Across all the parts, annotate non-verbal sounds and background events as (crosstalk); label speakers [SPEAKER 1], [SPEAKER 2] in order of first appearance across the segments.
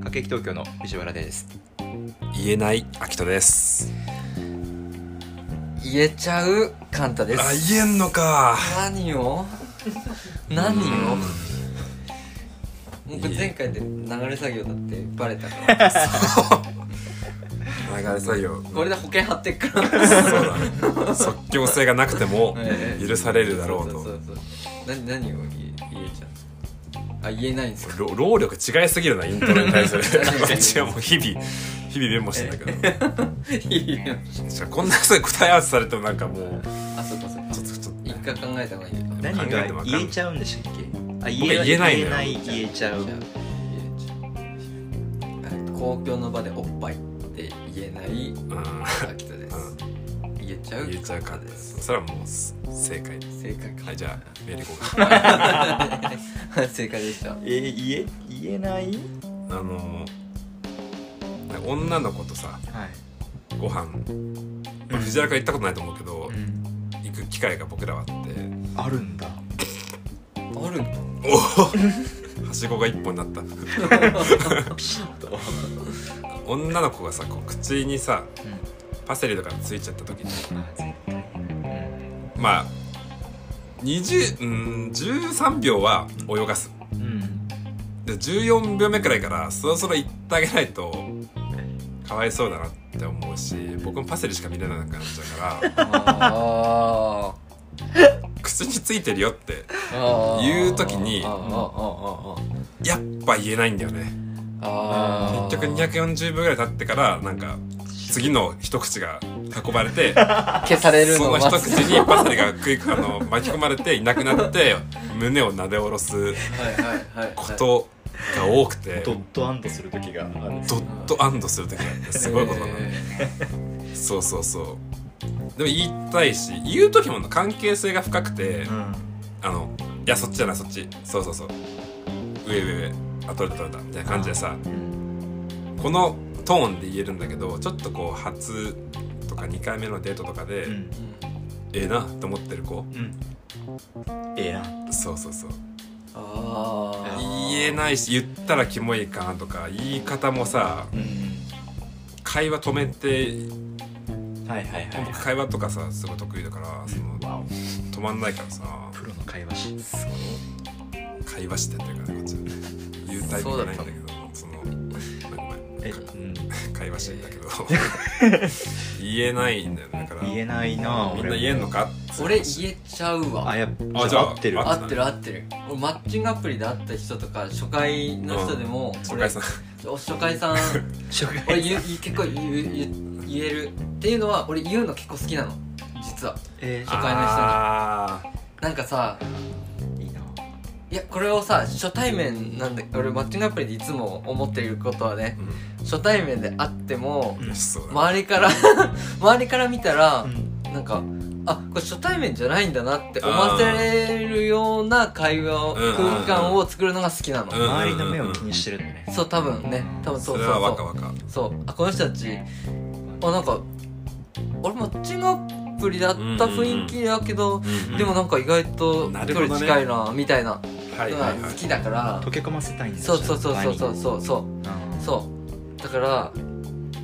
[SPEAKER 1] 白劇東京の藤原です
[SPEAKER 2] 言えない秋人です
[SPEAKER 3] 言えちゃうカンタです
[SPEAKER 2] あ言えんのか
[SPEAKER 3] 何を何を僕前回で流れ作業だってバレたから
[SPEAKER 2] 流れ作業
[SPEAKER 3] これで保険貼ってっから
[SPEAKER 2] そうだね即興性がなくて
[SPEAKER 3] (laughs)
[SPEAKER 2] も
[SPEAKER 3] ええ
[SPEAKER 2] 許されるだろう
[SPEAKER 3] そ
[SPEAKER 2] と
[SPEAKER 3] うそうそうな何を言え言えちゃうあ言えないんですか
[SPEAKER 2] 労労力違いすぎるなイントロに対
[SPEAKER 3] (laughs)
[SPEAKER 2] する
[SPEAKER 3] 確かに
[SPEAKER 2] 私はもう日々日々メモしてんだけど
[SPEAKER 3] いや
[SPEAKER 2] しかもこんなそういう答え合わせされてもなんかもう
[SPEAKER 3] あそっかそっか
[SPEAKER 2] ちょっとちょっと
[SPEAKER 3] 一回考えた方がいいか
[SPEAKER 1] 何が言えちゃうんでしたっけあ
[SPEAKER 2] 僕は言えないのよ
[SPEAKER 1] 言えちゃう
[SPEAKER 3] 言えちゃうえっと公共の場でおっぱいって言えない
[SPEAKER 2] うん
[SPEAKER 3] 秋田です言えちゃう
[SPEAKER 2] 言えちゃうか
[SPEAKER 3] カンタです
[SPEAKER 2] それはもう正解です
[SPEAKER 3] 正解か
[SPEAKER 2] はいじゃあメリコが
[SPEAKER 3] (laughs) 正解でした。
[SPEAKER 1] えー言え言えない
[SPEAKER 2] あのー女の子とさ
[SPEAKER 1] はい
[SPEAKER 2] ご飯、まあ、藤原君は行ったことないと思うけど、行く機会が僕らはあって
[SPEAKER 1] あるんだ
[SPEAKER 3] あるの？
[SPEAKER 2] はしごが一本になった女の子がさこう口にさ、パセリとかついちゃった時にまあ20うん13秒は泳がす
[SPEAKER 1] うん
[SPEAKER 2] で14秒目くらいからそろそろ行ってあげないとかわいそうだなって思うし僕もパセリしか見れなくなっちゃうから
[SPEAKER 3] あ
[SPEAKER 2] 口についてるよって
[SPEAKER 3] あ
[SPEAKER 2] 言う時に
[SPEAKER 3] あー
[SPEAKER 2] やっぱ言えないんだよね
[SPEAKER 3] あーあーあーあー
[SPEAKER 2] 結局240秒ぐらい経ってからなんか次の一口が運ばれ
[SPEAKER 3] (laughs)
[SPEAKER 2] て
[SPEAKER 3] 消される
[SPEAKER 2] そ
[SPEAKER 3] の
[SPEAKER 2] の
[SPEAKER 3] は
[SPEAKER 2] 一口にパセリが食いあ
[SPEAKER 3] (laughs)
[SPEAKER 2] の巻き込まれていなくなって胸をなで下ろす
[SPEAKER 3] はいはいはいはい
[SPEAKER 2] ことが多く
[SPEAKER 3] (laughs)
[SPEAKER 2] て
[SPEAKER 1] ドットアンドする時がある
[SPEAKER 2] ドット安堵する時があってすごいことなの、
[SPEAKER 3] え
[SPEAKER 2] そうそうそうでも言いたいし言う時も関係性が深くて、
[SPEAKER 1] ん
[SPEAKER 2] あのいやそっちじゃないそっちそうそうそう上上上あ取れた取れたみたいな感じでさ
[SPEAKER 3] ー
[SPEAKER 2] このトーンで言えるんだけどちょっとこう初とか2回目のデートとかで、
[SPEAKER 1] うん
[SPEAKER 2] ええなって思ってる子
[SPEAKER 1] うんええな
[SPEAKER 2] そうそうそう
[SPEAKER 3] あー
[SPEAKER 2] 言えないし言ったらキモいかなとか言い方もさ
[SPEAKER 1] うん
[SPEAKER 2] 会話止めて
[SPEAKER 1] はいはいはい
[SPEAKER 2] 僕会話とかさすごい得意だからその
[SPEAKER 1] わお
[SPEAKER 2] 止まんないからさ
[SPEAKER 1] プロの会話師
[SPEAKER 2] その会話してやってるからねこっちは言うタイプじゃないんだけどそのごめんごめん
[SPEAKER 1] うん
[SPEAKER 2] 会話してんだけど言えないんだよねだから
[SPEAKER 1] 言えないな
[SPEAKER 2] みんな言えんのか
[SPEAKER 3] 俺言えちゃうわ
[SPEAKER 1] あやっ
[SPEAKER 2] あ
[SPEAKER 1] ぱ
[SPEAKER 2] じゃあ
[SPEAKER 1] 合ってる
[SPEAKER 2] あ
[SPEAKER 3] 合ってる合ってる俺マッチングアプリで会った人とか初回の人でも
[SPEAKER 2] 初
[SPEAKER 3] 俺
[SPEAKER 2] 回さん
[SPEAKER 3] お初
[SPEAKER 2] (laughs)
[SPEAKER 3] 回さん
[SPEAKER 1] 初
[SPEAKER 3] 俺言う言う結構言う言う言えるっていうのは俺言うの結構好きなの実は
[SPEAKER 1] え
[SPEAKER 3] 初回の人に
[SPEAKER 2] あ
[SPEAKER 3] なんかさ
[SPEAKER 1] ーいいない
[SPEAKER 3] やこれをさ初対面なんだ俺マッチングアプリでいつも思っていることはね
[SPEAKER 2] ーう
[SPEAKER 3] 初対面で会っても
[SPEAKER 2] ん嬉しそうだな
[SPEAKER 3] 周りから (laughs) 周りから見たら
[SPEAKER 1] うん
[SPEAKER 3] なんかあこれ初対面じゃないんだなって思わせるような会話を
[SPEAKER 2] うん
[SPEAKER 3] 空間を作るのが好きな
[SPEAKER 2] う
[SPEAKER 3] の
[SPEAKER 2] ん
[SPEAKER 1] 周りの目を気にしてるんだね
[SPEAKER 3] そう多分ね多分そ
[SPEAKER 2] そうれ
[SPEAKER 3] そう
[SPEAKER 2] は
[SPEAKER 3] そう
[SPEAKER 2] 若々
[SPEAKER 3] そうあこの人たちあなんか俺マッチングアプリだった雰囲気だけど、でもなんか意外と
[SPEAKER 2] なる
[SPEAKER 3] 距
[SPEAKER 2] ほどね
[SPEAKER 3] 離近いなみたいな
[SPEAKER 2] はい
[SPEAKER 3] の
[SPEAKER 2] は
[SPEAKER 3] が
[SPEAKER 2] いは
[SPEAKER 3] 好
[SPEAKER 2] い
[SPEAKER 3] きだから
[SPEAKER 1] 溶け込ませたいんだ
[SPEAKER 3] そうそうそうそうそううそうそうそうだから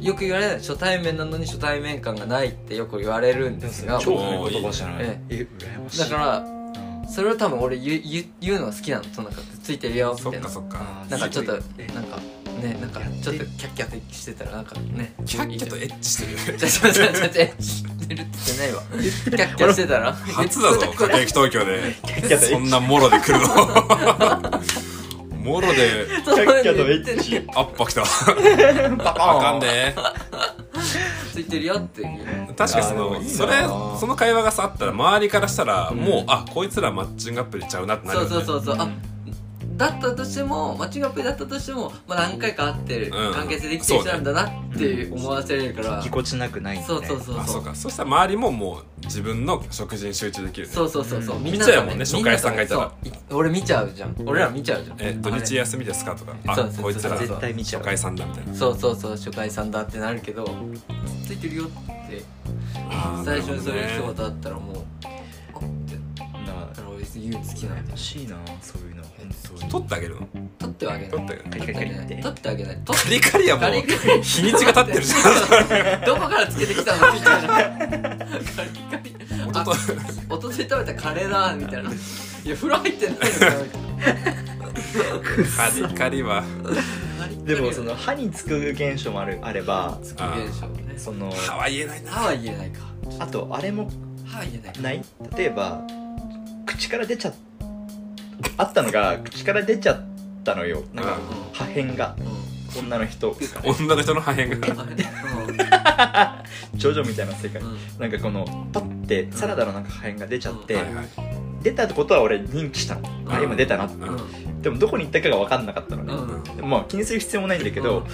[SPEAKER 3] よく言われない初対面なのに初対面感がないってよく言われるんですが
[SPEAKER 1] 超
[SPEAKER 2] そう
[SPEAKER 1] いい言葉じゃない
[SPEAKER 3] え
[SPEAKER 1] え羨ましい
[SPEAKER 3] だから
[SPEAKER 1] うん
[SPEAKER 3] それを多分俺言う言う言うのが好きなのそのなんかついてるよみ
[SPEAKER 2] そった
[SPEAKER 3] いな
[SPEAKER 2] かそっか
[SPEAKER 3] なんかちょっとなんか
[SPEAKER 1] え
[SPEAKER 3] ねなんかちょっとキャッキャッしてたらなんかね
[SPEAKER 2] キャッキャとエッチして
[SPEAKER 3] (laughs)
[SPEAKER 2] る
[SPEAKER 3] ちょちょちょちょちょ知ってるって言ってないわキャッキャしてたら
[SPEAKER 2] 初だぞ
[SPEAKER 3] 言ってた
[SPEAKER 2] 駆け引き東京で
[SPEAKER 1] ャ
[SPEAKER 2] そんなもろで来るの (laughs) もろで
[SPEAKER 3] (laughs) そう
[SPEAKER 1] キャッキャとエッチ
[SPEAKER 3] 言ってない
[SPEAKER 2] アッパ来
[SPEAKER 3] (laughs)
[SPEAKER 2] た
[SPEAKER 3] パパ
[SPEAKER 2] あ
[SPEAKER 3] ーン
[SPEAKER 2] かんで
[SPEAKER 3] ついてるよって言う
[SPEAKER 2] 確かにそ
[SPEAKER 1] あーで
[SPEAKER 2] の
[SPEAKER 1] もいいな
[SPEAKER 2] それその会話がさあったら周りからしたらもうあこいつらマッチングアプリちゃうなってなる
[SPEAKER 3] そ
[SPEAKER 2] よ
[SPEAKER 3] う
[SPEAKER 2] ね
[SPEAKER 3] そうそうそうあ
[SPEAKER 1] うん
[SPEAKER 3] だったとしてもマッチングアプリだったとしても、まあ、何回か会ってる、
[SPEAKER 2] うん
[SPEAKER 3] 関係性できてる人なんだなって
[SPEAKER 1] そう
[SPEAKER 3] 思わせれるから、
[SPEAKER 1] ぎこちなくないんだね
[SPEAKER 3] そうそうそう
[SPEAKER 2] あ
[SPEAKER 3] そ
[SPEAKER 2] そう
[SPEAKER 3] う
[SPEAKER 2] かそしたら周りももう自分の食事に集中できるね
[SPEAKER 3] そうそうそうそう、
[SPEAKER 1] うん
[SPEAKER 3] みんな
[SPEAKER 2] 見
[SPEAKER 3] が
[SPEAKER 2] ちゃうもんね初回さんがいたら
[SPEAKER 3] みんながそうい俺見ちゃうじゃん俺ら見ちゃうじゃん
[SPEAKER 2] え土日休みですかとか
[SPEAKER 3] そう
[SPEAKER 2] あ
[SPEAKER 3] そうそう
[SPEAKER 2] こいつら
[SPEAKER 1] 絶対見ちゃ
[SPEAKER 2] 初
[SPEAKER 1] う
[SPEAKER 2] 回さんだみたいな
[SPEAKER 3] そうそうそう初回さんだってなるけどついてるよって
[SPEAKER 2] あー
[SPEAKER 3] 最初にそういう
[SPEAKER 2] なるほどね
[SPEAKER 3] 人だったらもうあって
[SPEAKER 1] な
[SPEAKER 3] だから俺言うの好きなんだよ
[SPEAKER 1] 羨ましいなそういうの
[SPEAKER 2] 取ってあげるの
[SPEAKER 3] 取ってはあげない
[SPEAKER 2] 取ってあげる
[SPEAKER 1] カリカリカリって
[SPEAKER 3] 取ってあげない
[SPEAKER 2] (laughs) カリカリはも
[SPEAKER 3] カ
[SPEAKER 2] う
[SPEAKER 3] リカリ
[SPEAKER 2] 日にちが経ってるじ (laughs) ゃ
[SPEAKER 3] どこからつけてきたのみたいな
[SPEAKER 2] (laughs)
[SPEAKER 3] カリカリ
[SPEAKER 2] んおと
[SPEAKER 3] あ
[SPEAKER 2] とい
[SPEAKER 3] 一昨日食べたカレーだみた
[SPEAKER 1] (laughs)
[SPEAKER 3] いないや風呂入ってないんだよみたい
[SPEAKER 2] カリカリは
[SPEAKER 3] な
[SPEAKER 1] でもその歯につく現象もあるあれば
[SPEAKER 3] 月現象ね
[SPEAKER 1] その
[SPEAKER 2] 歯は言えないな
[SPEAKER 3] 歯は言えないか
[SPEAKER 1] あとあれも
[SPEAKER 3] 歯は言えないか
[SPEAKER 1] ない例えば口から出ちゃっあったのが口から出ちゃったのよなんか
[SPEAKER 2] うん
[SPEAKER 1] 破片が
[SPEAKER 3] う
[SPEAKER 1] 女の人
[SPEAKER 2] 女の人の破片が
[SPEAKER 3] んうん
[SPEAKER 1] ジョジョみたいな世界
[SPEAKER 3] うんうん
[SPEAKER 1] なんかこのパッてサラダのなんか破片が出ちゃって、
[SPEAKER 2] はいはい
[SPEAKER 1] 出たってことは俺認知したの、あ今出たな
[SPEAKER 2] うん
[SPEAKER 1] でもどこに行ったかが分かんなかったのね、
[SPEAKER 3] うんうん
[SPEAKER 1] でもまあ気にする必要もないんだけど、
[SPEAKER 3] うん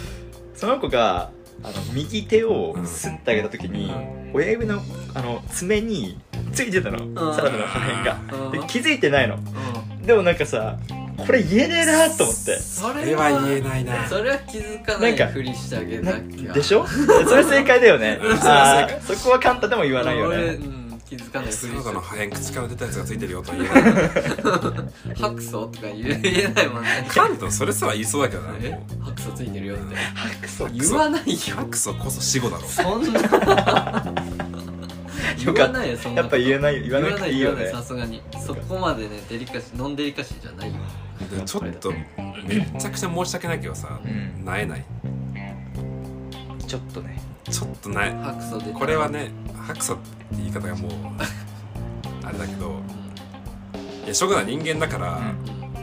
[SPEAKER 1] その子があの右手をすってあげた時に、親指のあの爪についてたの、
[SPEAKER 3] ん
[SPEAKER 1] サラダの破片が、
[SPEAKER 3] うん
[SPEAKER 1] で気づいてないの
[SPEAKER 3] うん
[SPEAKER 1] でもなんかさこれ言えねえなと思って
[SPEAKER 3] そ
[SPEAKER 2] それは言えないな
[SPEAKER 3] それは気づかないふりしてあげなきゃ
[SPEAKER 1] でしょそれ正解だよね
[SPEAKER 2] うん
[SPEAKER 1] あーそこはカンタでも言わないよ
[SPEAKER 3] 俺
[SPEAKER 1] ね
[SPEAKER 3] うん気づかないふ
[SPEAKER 2] サ
[SPEAKER 3] り
[SPEAKER 2] ラ
[SPEAKER 3] し
[SPEAKER 2] ダ
[SPEAKER 3] て
[SPEAKER 2] の破片口から出たやつがついてるよとは言えない
[SPEAKER 3] 白素とか言え言えないもんね
[SPEAKER 2] カントそれすら言いそうだけどな
[SPEAKER 3] え
[SPEAKER 2] もう
[SPEAKER 3] 白素ついてるよって
[SPEAKER 1] 白素
[SPEAKER 2] ク
[SPEAKER 3] 言
[SPEAKER 2] ソ
[SPEAKER 1] (laughs)
[SPEAKER 3] わないよ
[SPEAKER 2] ハクソこそ死後だろ
[SPEAKER 3] そんな言わないよそんな
[SPEAKER 1] やっぱ言え
[SPEAKER 3] い
[SPEAKER 1] ない言わなくていいよね
[SPEAKER 3] さすがにそこまでねデリカシーノンデリカシーじゃないよ
[SPEAKER 2] でちょっとめちゃくちゃ申し訳ないけどさ
[SPEAKER 1] うん
[SPEAKER 2] なえない
[SPEAKER 1] ちょっとね
[SPEAKER 2] ちょっとなえ
[SPEAKER 3] 白素で
[SPEAKER 2] これはねハクソって言い方がもうあれだけどいやしょうがない人間だから、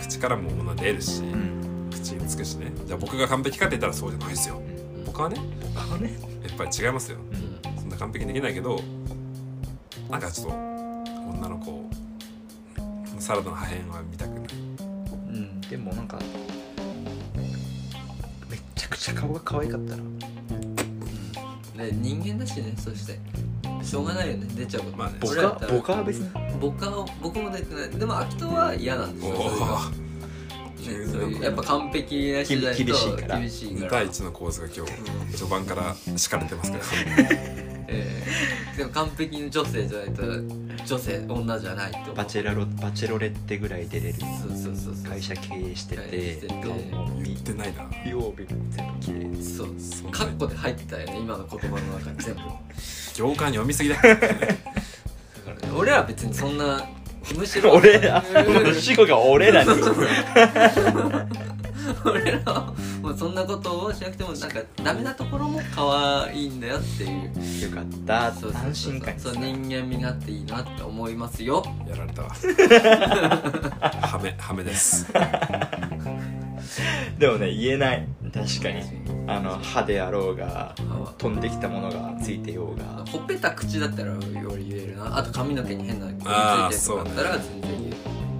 [SPEAKER 2] 口からも物出るし、
[SPEAKER 1] うん
[SPEAKER 2] 口につくしねじゃあ僕が完璧かって言ったらそうじゃないですよ僕はね
[SPEAKER 1] あのね
[SPEAKER 2] やっぱり違いますよそんな完璧にできないけどなんかちょっと女の子サラダの破片は見たくない
[SPEAKER 1] うんでもなんかめっちゃくちゃ顔が可愛かったな
[SPEAKER 3] で人間だしねそしてしょうがないよね出ちゃうこと
[SPEAKER 2] まあね
[SPEAKER 1] ボ
[SPEAKER 3] 俺だった
[SPEAKER 1] カ
[SPEAKER 3] ら
[SPEAKER 1] ボカは別に
[SPEAKER 3] 僕は僕も出てないでも秋人は嫌なんです
[SPEAKER 2] お
[SPEAKER 3] よ
[SPEAKER 2] お
[SPEAKER 3] それがねそ
[SPEAKER 1] (laughs)
[SPEAKER 3] ういうやっぱ完璧な人じゃないと
[SPEAKER 1] 厳しいから
[SPEAKER 3] 厳しいか
[SPEAKER 2] 2
[SPEAKER 3] ら
[SPEAKER 2] 対1の構図が今日序盤から敷かれてますから
[SPEAKER 3] ええでも完璧な女性じゃないと女性女じゃないと
[SPEAKER 1] バチェラロバチェロレッテぐらい出れる
[SPEAKER 3] そうそうそうそう
[SPEAKER 1] 会社経営して
[SPEAKER 3] 経営
[SPEAKER 1] て
[SPEAKER 3] してて
[SPEAKER 1] 顔も
[SPEAKER 2] 言
[SPEAKER 1] 美
[SPEAKER 2] ってないな
[SPEAKER 1] 曜日も全部綺麗
[SPEAKER 3] そう
[SPEAKER 2] そんな
[SPEAKER 3] カッコで入ってたよね今の言葉の中に全部
[SPEAKER 2] 行間読みすぎだ
[SPEAKER 3] 俺ら別にそんなむしろ
[SPEAKER 1] (laughs) 俺ら主語が俺らに
[SPEAKER 3] (laughs) 俺らはもうそんなことをしなくてもなんかダメなところも可愛いんだよっていう
[SPEAKER 1] よかった
[SPEAKER 3] そうそうそうそう
[SPEAKER 1] 安心感につ
[SPEAKER 3] そう
[SPEAKER 1] ながる
[SPEAKER 3] 人間味があっていいなって思いますよ
[SPEAKER 2] やられ (laughs) たわハメハメです
[SPEAKER 1] でもね言えない確かにあの歯であろうが
[SPEAKER 3] あ
[SPEAKER 1] 飛んできたものがついてようが
[SPEAKER 3] ほっぺた口だったら俺言えるなあと髪の毛に変なのつ
[SPEAKER 2] あー
[SPEAKER 3] いてるとかだったら全然言える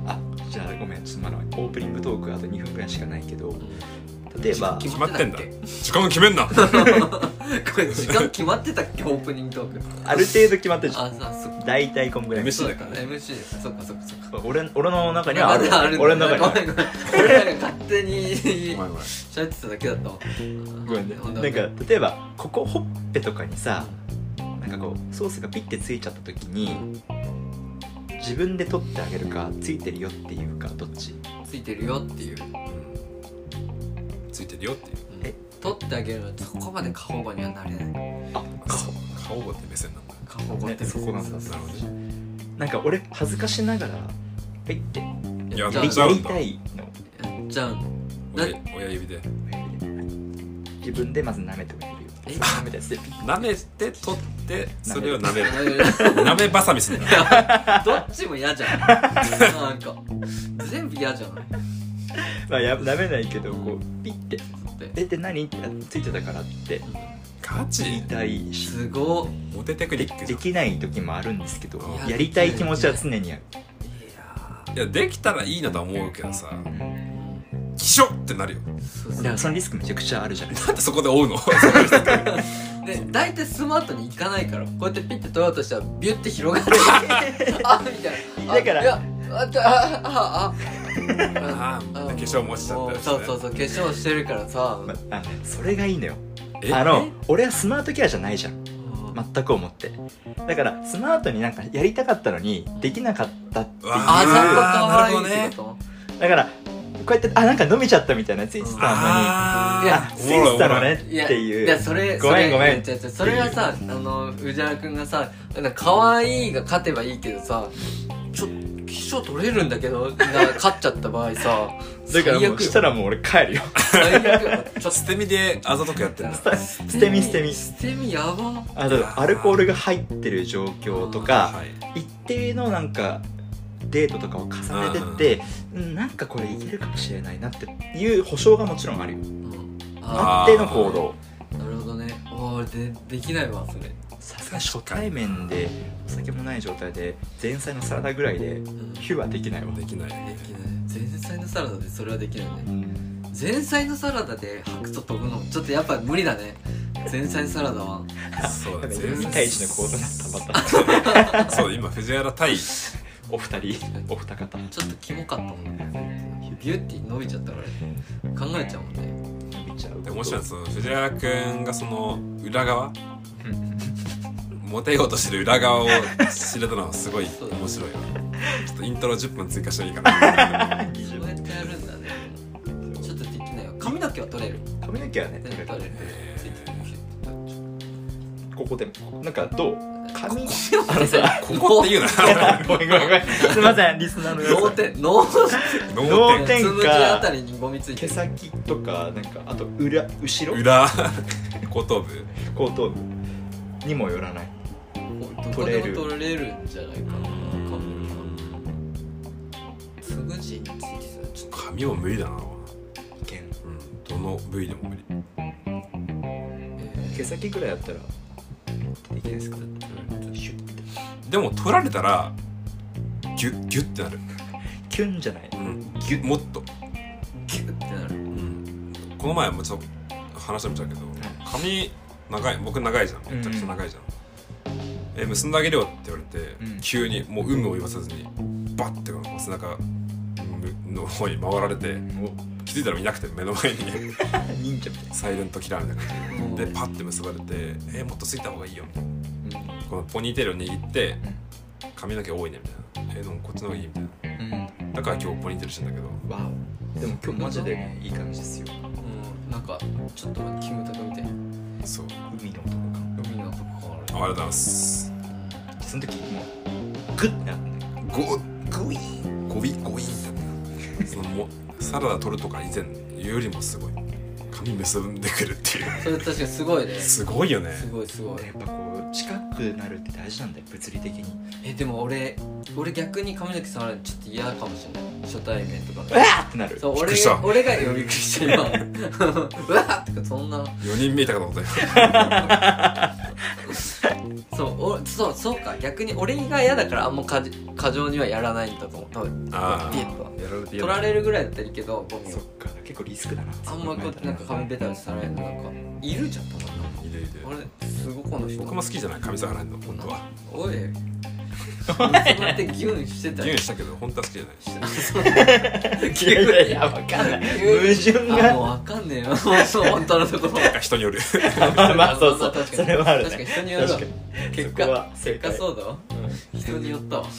[SPEAKER 1] あじゃあごめんちょっとまだオープニングトークあと2分ぐらいしかないけど例えば
[SPEAKER 3] き
[SPEAKER 2] 決まってんだ時間決めんな
[SPEAKER 3] これ時間決まってたっけオープニングトーク
[SPEAKER 1] ある程度決まってるじゃん
[SPEAKER 3] あさそっか
[SPEAKER 1] 大体こんぐらい
[SPEAKER 2] MC
[SPEAKER 3] そう
[SPEAKER 2] だ
[SPEAKER 3] だ
[SPEAKER 2] か
[SPEAKER 3] からら MC だからそっかそっかそっか
[SPEAKER 1] 俺俺の中にはある
[SPEAKER 3] まだ
[SPEAKER 1] 俺の中にはある
[SPEAKER 3] ごめんごめん俺らが勝手に
[SPEAKER 2] お前お前
[SPEAKER 3] (laughs) 喋ってただけだったわ
[SPEAKER 1] ごめんね
[SPEAKER 3] ほ
[SPEAKER 1] なんか例えばここほっぺとかにさなんかこうソースがピッてついちゃった時に自分で取ってあげるかついてるよっていうかどっち
[SPEAKER 3] ついてるよってい
[SPEAKER 2] う
[SPEAKER 3] う
[SPEAKER 2] んついてるよっていう
[SPEAKER 1] え
[SPEAKER 3] 取ってあげるのはそこまで過保護にはなれない
[SPEAKER 1] あ
[SPEAKER 2] 顔顔がって目線なんだ
[SPEAKER 3] 過保護って
[SPEAKER 1] ねそこなんだ
[SPEAKER 2] なるほど
[SPEAKER 1] なんか俺恥ずかしながらペイって
[SPEAKER 2] いや
[SPEAKER 3] やっち
[SPEAKER 1] や
[SPEAKER 3] ゃう
[SPEAKER 1] り
[SPEAKER 3] ん
[SPEAKER 2] そ
[SPEAKER 3] だ
[SPEAKER 1] や
[SPEAKER 2] う
[SPEAKER 1] り
[SPEAKER 2] なんだ
[SPEAKER 1] たいの
[SPEAKER 3] やっちゃうの
[SPEAKER 2] 親親指で
[SPEAKER 1] 自分でまず舐めてもらえるよ
[SPEAKER 3] え
[SPEAKER 1] 舐めたやつでピッ
[SPEAKER 2] 舐めて取ってそれを舐める
[SPEAKER 3] い
[SPEAKER 2] 舐めバサミするんだ
[SPEAKER 3] やどっちも嫌
[SPEAKER 1] (laughs)
[SPEAKER 3] じゃんなんか全部嫌じゃない
[SPEAKER 1] (laughs) まあや舐めないけどこうピッて「
[SPEAKER 3] って
[SPEAKER 1] えで何?」ってついてたからって
[SPEAKER 2] ガ
[SPEAKER 1] 言い
[SPEAKER 2] チ
[SPEAKER 1] たいし
[SPEAKER 3] すごっ
[SPEAKER 2] モテテクニ
[SPEAKER 1] で
[SPEAKER 2] ックじ
[SPEAKER 1] で
[SPEAKER 2] ゃん
[SPEAKER 1] きない時もあるんですけど
[SPEAKER 2] い
[SPEAKER 3] や
[SPEAKER 1] やりたい気持ちは常にある
[SPEAKER 3] いや
[SPEAKER 2] いやできたらいいなとは思うけどさ
[SPEAKER 1] うん
[SPEAKER 2] 気象ってなるよ
[SPEAKER 3] ーそう
[SPEAKER 1] だ
[SPEAKER 3] そ
[SPEAKER 1] か
[SPEAKER 3] う
[SPEAKER 1] らそのリスクめちゃくちゃあるじゃない
[SPEAKER 2] なんでそこで追うの
[SPEAKER 3] で大体スマートにいかないからこうやってピッて取ろうとしたらビュッて広
[SPEAKER 1] (laughs)
[SPEAKER 3] がるあみたいなあ
[SPEAKER 1] だから
[SPEAKER 3] いやあちょあああ
[SPEAKER 2] (laughs) ああ化粧も落ちちゃったりして
[SPEAKER 3] そうそうそう化粧してるからさ、
[SPEAKER 1] ま (laughs) あそれがいいのよ
[SPEAKER 2] え
[SPEAKER 1] あの
[SPEAKER 3] え
[SPEAKER 1] 俺はスマートケアじゃないじゃん全く思ってだからスマートになんかやりたかったのにできなかったっていう
[SPEAKER 2] わ
[SPEAKER 3] あ
[SPEAKER 2] ー
[SPEAKER 3] ざっと
[SPEAKER 1] だ
[SPEAKER 3] 可愛
[SPEAKER 2] なる
[SPEAKER 3] い
[SPEAKER 2] ほどね
[SPEAKER 3] ってこ
[SPEAKER 1] からうやってあなんか飲めちゃったみたいなついてた
[SPEAKER 2] あ
[SPEAKER 3] いや
[SPEAKER 2] ー
[SPEAKER 1] のについてたのね
[SPEAKER 3] いや
[SPEAKER 1] っていう
[SPEAKER 3] いやそれ
[SPEAKER 1] ごめんごめん
[SPEAKER 3] それ違う違うそれはさあの宇治原君がさ「なんか可愛いが勝てばいいけどさちょ気象取れるんだけどが勝っちゃった場合さ
[SPEAKER 1] だから
[SPEAKER 3] 最
[SPEAKER 1] もう
[SPEAKER 3] 悪
[SPEAKER 1] した
[SPEAKER 3] よ
[SPEAKER 1] らもう俺帰
[SPEAKER 3] (laughs)
[SPEAKER 1] るよ
[SPEAKER 3] 最悪よちょっ
[SPEAKER 2] 捨て身であざとくやってるんだ
[SPEAKER 1] (laughs) 捨て身捨て身
[SPEAKER 3] 捨て身やば
[SPEAKER 1] あだからアルコールが入ってる状況とか
[SPEAKER 2] はい
[SPEAKER 1] 一定のなんかデートとかを重ねてって、うんなんかこれいけるかもしれないなっていう保証がもちろんあるよ
[SPEAKER 3] うんあ
[SPEAKER 1] あっての行動
[SPEAKER 3] ーなるほどねおーでできないわそれ、
[SPEAKER 1] さすがに初対面でお酒もない状態で前菜のサラダぐらいで
[SPEAKER 3] うん、でき
[SPEAKER 1] ヒューはできないわ
[SPEAKER 2] できない
[SPEAKER 3] ない前菜のサラダでそれはできないね前菜のサラダで白と飛ぶのちょっとやっぱ無理だね前菜サラダは
[SPEAKER 2] そう
[SPEAKER 1] な
[SPEAKER 2] だ
[SPEAKER 1] んか
[SPEAKER 2] 全
[SPEAKER 1] 4対1の行動だったまた
[SPEAKER 2] そう今藤原対
[SPEAKER 1] お二
[SPEAKER 3] (laughs)
[SPEAKER 1] 人お二方
[SPEAKER 3] ちょっとキモかったもんねビューティー伸びちゃったから考えちゃうもんね
[SPEAKER 1] 見ちゃう
[SPEAKER 2] で面白いのはその藤原くんがその裏側モテようとしてる裏側を知れたのはすごい面白いわちょっとイントロ10分追加してもいい
[SPEAKER 1] (laughs)
[SPEAKER 2] かな
[SPEAKER 1] 技
[SPEAKER 3] そうや
[SPEAKER 1] 術
[SPEAKER 3] ってやるんだねちょっとできないよ髪の毛は取れる
[SPEAKER 1] 髪の毛はね
[SPEAKER 3] 取れる取れる
[SPEAKER 2] えー
[SPEAKER 3] ついてる
[SPEAKER 1] ここでなんかどう髪
[SPEAKER 3] あのさ
[SPEAKER 2] ここって言うな
[SPEAKER 1] ごめんごめんごめんすいませんリスナーの
[SPEAKER 3] 脳
[SPEAKER 1] 皆さん
[SPEAKER 3] 天脳
[SPEAKER 2] 脳
[SPEAKER 1] 脳天
[SPEAKER 2] 天
[SPEAKER 3] 天
[SPEAKER 1] か
[SPEAKER 3] つむじあたりにゴミついて
[SPEAKER 1] 毛
[SPEAKER 3] る
[SPEAKER 1] 先とかなんかあと裏後ろ
[SPEAKER 2] 裏後頭部
[SPEAKER 1] 後頭部にもよらない
[SPEAKER 3] どこでも取れるんじゃないかな髪の毛つむじについてさちょっ
[SPEAKER 2] 髪も無理だな、
[SPEAKER 1] 毛
[SPEAKER 2] うん、どの部位でも無理
[SPEAKER 3] とね
[SPEAKER 1] 毛先ぐらいだったらできないですかシュッて
[SPEAKER 2] でも取られたらギュッギュッってなる、
[SPEAKER 1] キュンじゃない
[SPEAKER 2] うん、ギュッもっと、
[SPEAKER 3] ギュッてなる
[SPEAKER 2] うん、この前もちょっと話してみたけど髪長い僕長いじゃんめちゃくちゃ長いじゃん、え結んであげるよって言われて、
[SPEAKER 1] うん
[SPEAKER 2] 急にもう有無を言わさずにバッてこの背中の方に回られて気づいたらいなくて目の前に
[SPEAKER 1] 忍者み
[SPEAKER 2] サイレントキラーみたいな感
[SPEAKER 3] もう
[SPEAKER 2] じでパッて結ばれて「えもっとついた方がいいよ」みたい
[SPEAKER 1] た
[SPEAKER 2] な
[SPEAKER 1] いな
[SPEAKER 2] このポニーテールを握って髪の毛多いねみたいな「えでもこっちの方がいい」みたいなだから今日ポニーテールしてんだけど
[SPEAKER 1] わおでも今日マジでねいい感じですよ
[SPEAKER 3] うんなんかちょっとキムタクみたいな
[SPEAKER 2] そう
[SPEAKER 1] 海の男感
[SPEAKER 3] 海のとこ
[SPEAKER 2] ありがとうございます
[SPEAKER 1] その時もうグッてなるね
[SPEAKER 2] ゴゴイゴイゴイみたいなそのもうサラダ取るとか以前よりもすごい髪結んでくるっていう
[SPEAKER 3] それ確かにすごいねす
[SPEAKER 2] すごいよね
[SPEAKER 3] ごいすごい
[SPEAKER 1] やっぱこう近くなるって大事なんだよ物理的に
[SPEAKER 3] えでも俺俺逆に髪の毛触られるのちょっと嫌かもしれない初対面とか
[SPEAKER 1] うわーってなる
[SPEAKER 3] そう
[SPEAKER 2] びっく
[SPEAKER 3] 俺
[SPEAKER 2] りした
[SPEAKER 3] が俺がよびっくりした今 (laughs) うわーってかそんな
[SPEAKER 2] 4人見えたかと思ったよ
[SPEAKER 3] そうおそうそうか逆に俺が嫌だからあんま過過剰にはやらないんだと思う多分
[SPEAKER 2] あ
[SPEAKER 3] ピエッは
[SPEAKER 2] あやられて
[SPEAKER 3] 取
[SPEAKER 2] や
[SPEAKER 3] ら
[SPEAKER 2] られ
[SPEAKER 3] れるぐらいだったらいいけどゴミを
[SPEAKER 1] そっか結構リスクだな
[SPEAKER 3] あんまこうなんか髪ベタベタされるのなんかいるじゃんたまに
[SPEAKER 2] いるいる
[SPEAKER 3] 俺すごいこの人
[SPEAKER 2] 僕も好きじゃない髪触られるの本当は
[SPEAKER 1] (laughs)
[SPEAKER 3] おいそうやってギュンしてた
[SPEAKER 2] ギュ
[SPEAKER 3] よ
[SPEAKER 2] ンしたけど本当は好きじゃない
[SPEAKER 1] いやいやいやわかんない矛盾
[SPEAKER 3] あもう
[SPEAKER 1] が
[SPEAKER 3] わかんねえよもうそう本当
[SPEAKER 1] (laughs)
[SPEAKER 3] のところ
[SPEAKER 2] なんか人による
[SPEAKER 1] まあまあそうそう
[SPEAKER 3] 確かに
[SPEAKER 1] それはある
[SPEAKER 3] 確か
[SPEAKER 1] ね
[SPEAKER 3] に人による
[SPEAKER 1] 確
[SPEAKER 3] わ
[SPEAKER 1] かに
[SPEAKER 3] 結
[SPEAKER 1] そこ
[SPEAKER 3] 果
[SPEAKER 1] は正
[SPEAKER 3] 結
[SPEAKER 1] 解
[SPEAKER 3] 果そうだわ人によったわ
[SPEAKER 1] (laughs)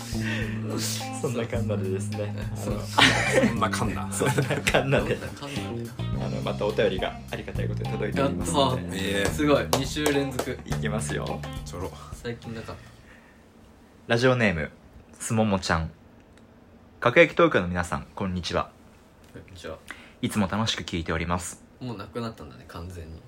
[SPEAKER 1] そんなかんなでですね
[SPEAKER 3] (laughs) そう
[SPEAKER 2] そんなかんな
[SPEAKER 1] そんなかんな
[SPEAKER 3] なんだ
[SPEAKER 1] で
[SPEAKER 3] かんだね
[SPEAKER 1] あのまたお便りがありがたいことに届いておりますので
[SPEAKER 2] ええ
[SPEAKER 3] すごい2週連続
[SPEAKER 1] いきますよ
[SPEAKER 2] ちょろ
[SPEAKER 3] 最近なかっ
[SPEAKER 1] ラジオネームすももちゃん各駅東京の皆さんこんにちは
[SPEAKER 3] たじゃ
[SPEAKER 1] いつも楽しく聞いております
[SPEAKER 3] あもうなくなったんだね完全に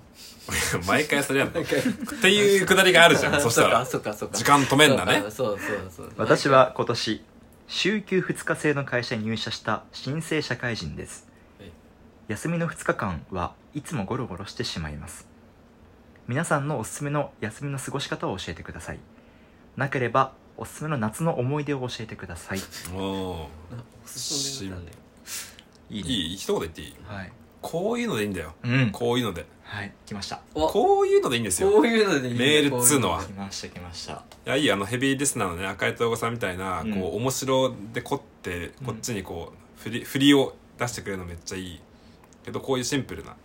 [SPEAKER 2] 毎回それやん
[SPEAKER 3] (laughs)
[SPEAKER 2] のっていうくだりがあるじゃんそしたら
[SPEAKER 3] そっかそっか
[SPEAKER 2] 時間止めんだね
[SPEAKER 3] そうそうそう
[SPEAKER 1] 私は今年週休2日制の会社に入社した新生社会人です
[SPEAKER 3] はい
[SPEAKER 1] 休みの2日間はいつもゴロゴロしてしまいます皆さんのおすすめの休みの過ごし方を教えてくださいなければおすすめの夏の思い出を教えてくだ
[SPEAKER 2] (laughs)
[SPEAKER 1] さい
[SPEAKER 2] おー
[SPEAKER 3] おすすめだったね
[SPEAKER 1] い
[SPEAKER 2] いい一言言っていい
[SPEAKER 1] はい
[SPEAKER 2] こういうのでいいんだよ
[SPEAKER 1] うん
[SPEAKER 2] こういうので
[SPEAKER 1] はい来ました
[SPEAKER 3] おこ
[SPEAKER 2] こういうのでいいんですよ
[SPEAKER 3] ういうのでいいね
[SPEAKER 2] メールっつうのは
[SPEAKER 1] 来ました来ました
[SPEAKER 2] いやいいあのヘビーリスナーのね赤い東郷さんみたいな、
[SPEAKER 1] うん
[SPEAKER 2] こう面白で凝ってこっちにこう振り,、振りを出してくれるのめっちゃいいけどこういうシンプルな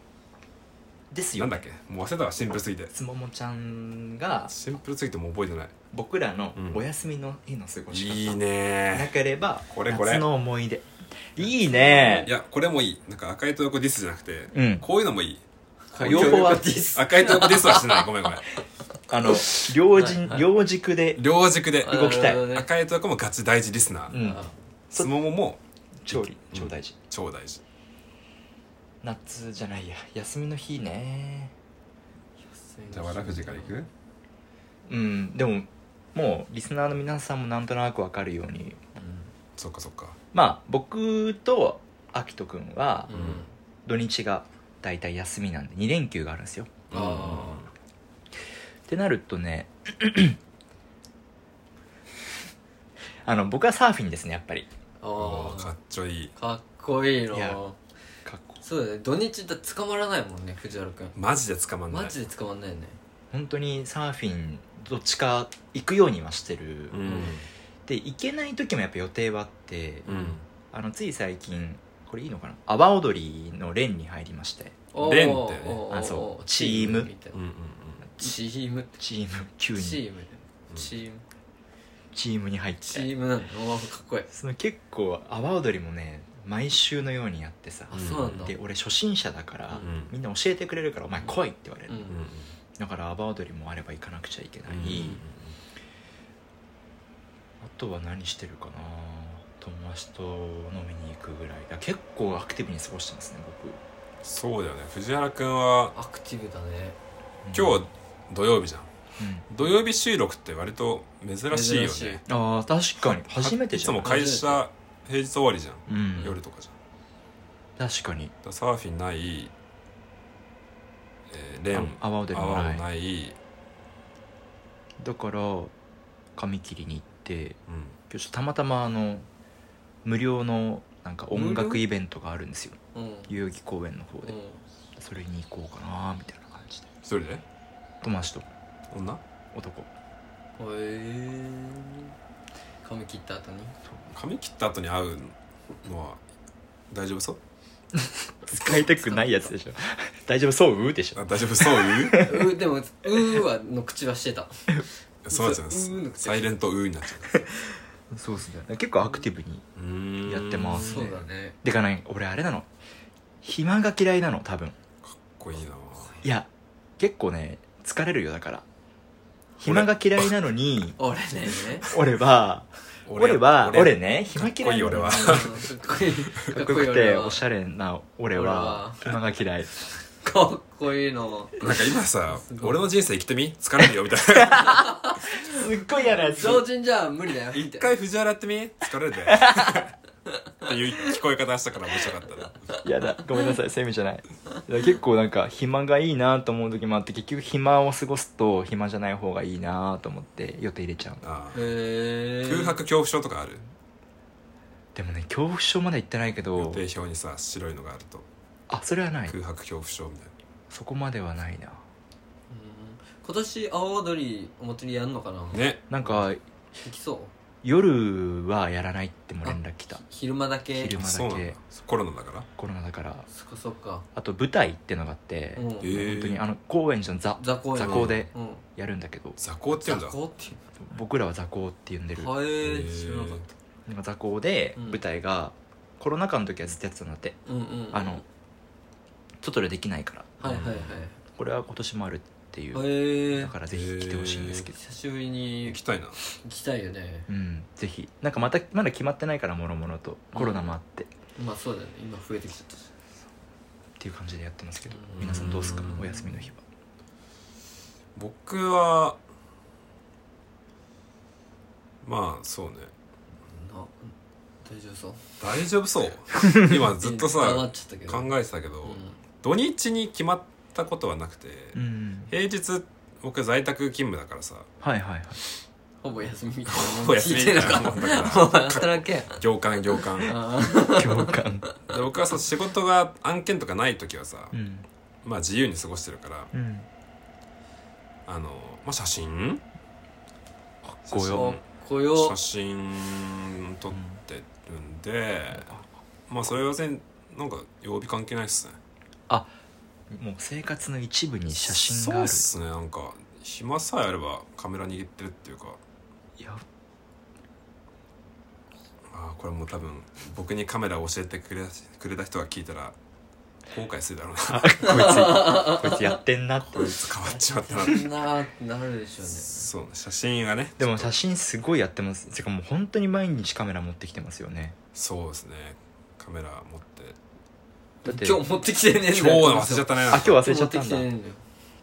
[SPEAKER 1] です
[SPEAKER 2] な
[SPEAKER 1] よ
[SPEAKER 2] んだっけもう忘れたわシンプルすぎて
[SPEAKER 1] つももちゃんが
[SPEAKER 2] シンプルすぎてもう覚えてない
[SPEAKER 1] 僕らの
[SPEAKER 2] うん
[SPEAKER 1] お休みの日の過ごし方、
[SPEAKER 2] いい
[SPEAKER 1] な
[SPEAKER 2] ね
[SPEAKER 1] ければ
[SPEAKER 2] これこれ
[SPEAKER 1] 夏の思い出いいね
[SPEAKER 2] いやこれもいいなんか赤いと横ディスじゃなくて、
[SPEAKER 1] うん
[SPEAKER 2] こういうのもいい
[SPEAKER 1] 両方は
[SPEAKER 3] ディス
[SPEAKER 2] 赤いと横ディスはしてないごめんごめん
[SPEAKER 1] あの両
[SPEAKER 3] はい
[SPEAKER 1] 陣
[SPEAKER 3] はい
[SPEAKER 1] 両軸で
[SPEAKER 2] 両軸で
[SPEAKER 1] 動きたい
[SPEAKER 3] なるほどね
[SPEAKER 2] 赤いと横もガチ大事リスナー、
[SPEAKER 1] うん
[SPEAKER 2] スモモも
[SPEAKER 1] 調理超大事
[SPEAKER 2] 超大事
[SPEAKER 1] 夏じゃないや休みの日ね
[SPEAKER 2] じゃあわらふじからいく
[SPEAKER 1] うんでももうリスナーの皆さんもなんとなくわかるように
[SPEAKER 2] そっかそっか
[SPEAKER 1] まあ僕とあきとくんは
[SPEAKER 3] うん
[SPEAKER 2] うん
[SPEAKER 1] 土日がだいたい休みなんで2連休があるんですよ
[SPEAKER 3] あ
[SPEAKER 1] ってなるとねあの僕はサーフィンですねやっぱり
[SPEAKER 2] あ
[SPEAKER 3] あ
[SPEAKER 2] ーかっちょいい
[SPEAKER 3] あかっこいいない
[SPEAKER 1] やかっこ
[SPEAKER 3] そうだね土日だ捕まらないもんね藤原くん
[SPEAKER 2] マジで捕まんない
[SPEAKER 3] マジで捕まんないよね
[SPEAKER 1] 本当にサーフィンどっちか行くようにはしてる、
[SPEAKER 2] うん
[SPEAKER 1] で行けない時もやっぱ予定はあって、
[SPEAKER 2] う
[SPEAKER 1] あのつい最近これいいのかな阿波踊りの連に入りまして
[SPEAKER 3] おー
[SPEAKER 2] レンってね
[SPEAKER 3] おー
[SPEAKER 1] あそう
[SPEAKER 3] おー
[SPEAKER 1] チーム
[SPEAKER 3] みたい
[SPEAKER 2] ん
[SPEAKER 3] な
[SPEAKER 2] うん
[SPEAKER 3] チーム
[SPEAKER 1] チーム9
[SPEAKER 3] チ
[SPEAKER 1] 人
[SPEAKER 3] ームチーム
[SPEAKER 1] チームに入っ
[SPEAKER 3] チ
[SPEAKER 1] て
[SPEAKER 3] ームなんだおーかっこいい
[SPEAKER 1] その結構阿波踊りもね毎週のようにやってさ
[SPEAKER 3] あそうなんだ
[SPEAKER 1] で俺初心者だから、
[SPEAKER 2] うんうん
[SPEAKER 1] みんな教えてくれるから「お前来い」って言われる、
[SPEAKER 3] うん
[SPEAKER 2] うん
[SPEAKER 1] だから阿波踊りもあれば行かなくちゃいけない、
[SPEAKER 2] うん
[SPEAKER 1] あとは何してるかな友達と飲みに行くぐらいだ結構アクティブに過ごしてますね僕
[SPEAKER 2] そうだよね藤原君は
[SPEAKER 3] アクティブだね
[SPEAKER 2] 今日土曜日じゃん
[SPEAKER 1] うん
[SPEAKER 2] 土曜日収録って割と珍しいよ
[SPEAKER 3] 珍しい
[SPEAKER 2] ね
[SPEAKER 1] あー確かに初めてじゃん
[SPEAKER 2] いつも会社平日終わりじゃん、
[SPEAKER 1] うん
[SPEAKER 2] 夜とかじゃん
[SPEAKER 1] 確かに
[SPEAKER 2] だからサーフィンない、えー、レン
[SPEAKER 1] あ阿波踊りも
[SPEAKER 2] 泡
[SPEAKER 1] な
[SPEAKER 2] も
[SPEAKER 1] い
[SPEAKER 2] ない、
[SPEAKER 1] だから髪切りに行って
[SPEAKER 2] うん、
[SPEAKER 1] 今日ちょっとたまたまあの無料のなんか音楽イベントがあるんですよ
[SPEAKER 3] うんうん
[SPEAKER 1] 代々木公園の方で、それに行こうかなみたいな感じで
[SPEAKER 2] 一人で
[SPEAKER 1] 友達と
[SPEAKER 2] 女
[SPEAKER 1] 男
[SPEAKER 3] ほえー髪切った後に
[SPEAKER 2] 髪切った後に会うのは大丈夫そう
[SPEAKER 1] 使いたくないやつでしょ (laughs) 大丈夫そうでし
[SPEAKER 2] あ
[SPEAKER 1] ょ
[SPEAKER 2] 大丈夫そういう
[SPEAKER 3] うーでもうーはの口はしてた
[SPEAKER 2] そうなんで
[SPEAKER 3] うーんの口
[SPEAKER 2] すサイレントうーになっちゃ
[SPEAKER 1] そうですね結構アクティブに
[SPEAKER 2] ううーん
[SPEAKER 1] やってます
[SPEAKER 3] そうだね
[SPEAKER 1] でかない俺あれなの暇が嫌いなの多分
[SPEAKER 2] かっこいいない
[SPEAKER 1] や結構ね疲れるよだから暇が嫌いなのに
[SPEAKER 3] 俺ね
[SPEAKER 1] 俺は俺は俺ね
[SPEAKER 2] か
[SPEAKER 1] 暇
[SPEAKER 2] っこ
[SPEAKER 1] 嫌
[SPEAKER 2] い
[SPEAKER 1] い
[SPEAKER 2] い
[SPEAKER 1] なの
[SPEAKER 2] 俺は
[SPEAKER 1] か
[SPEAKER 3] かっこいいか
[SPEAKER 1] っ
[SPEAKER 3] っ
[SPEAKER 1] こ
[SPEAKER 3] こ
[SPEAKER 1] よ
[SPEAKER 3] い
[SPEAKER 1] く
[SPEAKER 3] い俺
[SPEAKER 1] て
[SPEAKER 3] は
[SPEAKER 1] おしゃれな俺は暇が嫌い
[SPEAKER 3] かっこいいの
[SPEAKER 2] なんか今さ
[SPEAKER 3] すごい
[SPEAKER 2] 俺の人生生きてみ疲れるよみたいな
[SPEAKER 1] すっごい嫌なやつ
[SPEAKER 3] 常人じゃ無理だよみ
[SPEAKER 2] (laughs) 一
[SPEAKER 3] たい
[SPEAKER 2] 回藤原やってみ疲れるでっていう聞こえ方したから面白かったな
[SPEAKER 1] やだごめんなさいセミじゃないいや結構なんか暇がいいなと思う時もあって結局暇を過ごすと暇じゃない方がいいなと思って予定入れちゃう
[SPEAKER 2] あ
[SPEAKER 3] な
[SPEAKER 2] あ
[SPEAKER 3] へー
[SPEAKER 2] 空白恐怖症とかある
[SPEAKER 1] でもね恐怖症まで行ってないけ
[SPEAKER 2] 予
[SPEAKER 1] ど
[SPEAKER 2] 定表にさ白いのがあると
[SPEAKER 1] あそれはない
[SPEAKER 2] 空白恐怖症みたいな
[SPEAKER 1] そこまではないな
[SPEAKER 3] うん今年青踊りお祭りやんのかな
[SPEAKER 2] ね
[SPEAKER 1] なんか
[SPEAKER 3] できそう
[SPEAKER 1] 夜はやらないっても連絡来た
[SPEAKER 3] 昼間だけ
[SPEAKER 1] 昼間
[SPEAKER 2] そうなんだ
[SPEAKER 1] だけ
[SPEAKER 2] コロナだから
[SPEAKER 1] コロナだから
[SPEAKER 3] そっかそっか
[SPEAKER 1] あと舞台ってのがあって、
[SPEAKER 3] うん
[SPEAKER 2] えー
[SPEAKER 1] 本当にあの高円寺のザ
[SPEAKER 3] 座高や
[SPEAKER 1] 座
[SPEAKER 3] な
[SPEAKER 1] 高で
[SPEAKER 3] うん
[SPEAKER 1] やるんだけど
[SPEAKER 2] 座高って言
[SPEAKER 3] 座
[SPEAKER 2] うんだ
[SPEAKER 3] 高ってい
[SPEAKER 1] 僕らは座高って呼んでる
[SPEAKER 3] うはえ
[SPEAKER 2] へー
[SPEAKER 3] ー知らなかっ
[SPEAKER 1] なんか座高で
[SPEAKER 3] うん
[SPEAKER 1] 舞台が、コロナ禍の時はずっとやってたんだって、
[SPEAKER 3] たうんうんうん
[SPEAKER 1] あの外でできないから
[SPEAKER 3] はいはいはい
[SPEAKER 1] これは今年もあるっていう、
[SPEAKER 3] へえ
[SPEAKER 1] だからぜひ来てほしいんですけど、
[SPEAKER 3] 久しぶりに
[SPEAKER 2] 行きたいな
[SPEAKER 3] 行きたいよね
[SPEAKER 1] うんぜひなんかまたまだ決まってないからもろもろとコロナもあって、っ
[SPEAKER 3] まあそうだよね今増えてきちゃったして
[SPEAKER 1] いう感じでやってますけど
[SPEAKER 3] うん
[SPEAKER 1] 皆さんどうですかお休みの日は
[SPEAKER 2] 僕はまあそうね
[SPEAKER 3] な大丈夫そう
[SPEAKER 2] 大丈夫そう
[SPEAKER 3] (laughs)
[SPEAKER 2] 今ずっと
[SPEAKER 3] 黙
[SPEAKER 2] さ
[SPEAKER 3] っちゃったけど
[SPEAKER 2] 考えてたけど、
[SPEAKER 3] うん
[SPEAKER 2] 土日に決まったことはなくて、
[SPEAKER 1] うん
[SPEAKER 2] 平日僕在宅勤務だからさ
[SPEAKER 1] はいはいはい
[SPEAKER 3] ほぼ休みみたいな
[SPEAKER 2] ほ
[SPEAKER 3] も
[SPEAKER 2] ぼ
[SPEAKER 3] ん
[SPEAKER 2] 休
[SPEAKER 3] 聞
[SPEAKER 2] み
[SPEAKER 3] い
[SPEAKER 2] み
[SPEAKER 3] て
[SPEAKER 2] たい
[SPEAKER 3] る
[SPEAKER 2] な
[SPEAKER 3] か
[SPEAKER 2] もんだ
[SPEAKER 3] お
[SPEAKER 2] か (laughs)
[SPEAKER 3] 前働け
[SPEAKER 2] ら行間行間で
[SPEAKER 3] あ
[SPEAKER 1] 共感
[SPEAKER 2] 僕はさ仕事が案件とかない時はさ、
[SPEAKER 1] うん
[SPEAKER 2] まあ自由に過ごしてるから
[SPEAKER 1] うん
[SPEAKER 2] あの、まあ、写
[SPEAKER 1] か
[SPEAKER 2] 真
[SPEAKER 1] っ
[SPEAKER 2] こ
[SPEAKER 1] こ
[SPEAKER 2] う
[SPEAKER 1] よ
[SPEAKER 2] よ
[SPEAKER 3] ーこよ
[SPEAKER 2] 写真撮ってるんで、まあそれは全なんか曜日関係ないっすね
[SPEAKER 1] もう生活の一部に写真がある
[SPEAKER 2] そうっすねなんか暇さえあればカメラ握ってるっていうか
[SPEAKER 1] いや
[SPEAKER 2] ああこれもう多分僕にカメラを教えてくれくれた人が聞いたら後悔するだろうな
[SPEAKER 1] こいつこいつやってんなって
[SPEAKER 2] こいつ変わっちまったな
[SPEAKER 3] なーなるでしょうね
[SPEAKER 2] そうね写真はね
[SPEAKER 1] でも写真すごいやってますてかもう本当に毎日カメラ持ってきてますよね
[SPEAKER 2] そうですねカメラ持って
[SPEAKER 1] だって
[SPEAKER 3] 今日持ってきてねえんだ
[SPEAKER 2] 今日の忘れちゃったね
[SPEAKER 1] あ今日忘れちゃ
[SPEAKER 3] 持
[SPEAKER 1] っ
[SPEAKER 3] って
[SPEAKER 1] た
[SPEAKER 3] き
[SPEAKER 1] んだ
[SPEAKER 3] てねえ
[SPEAKER 1] で
[SPEAKER 3] んだよ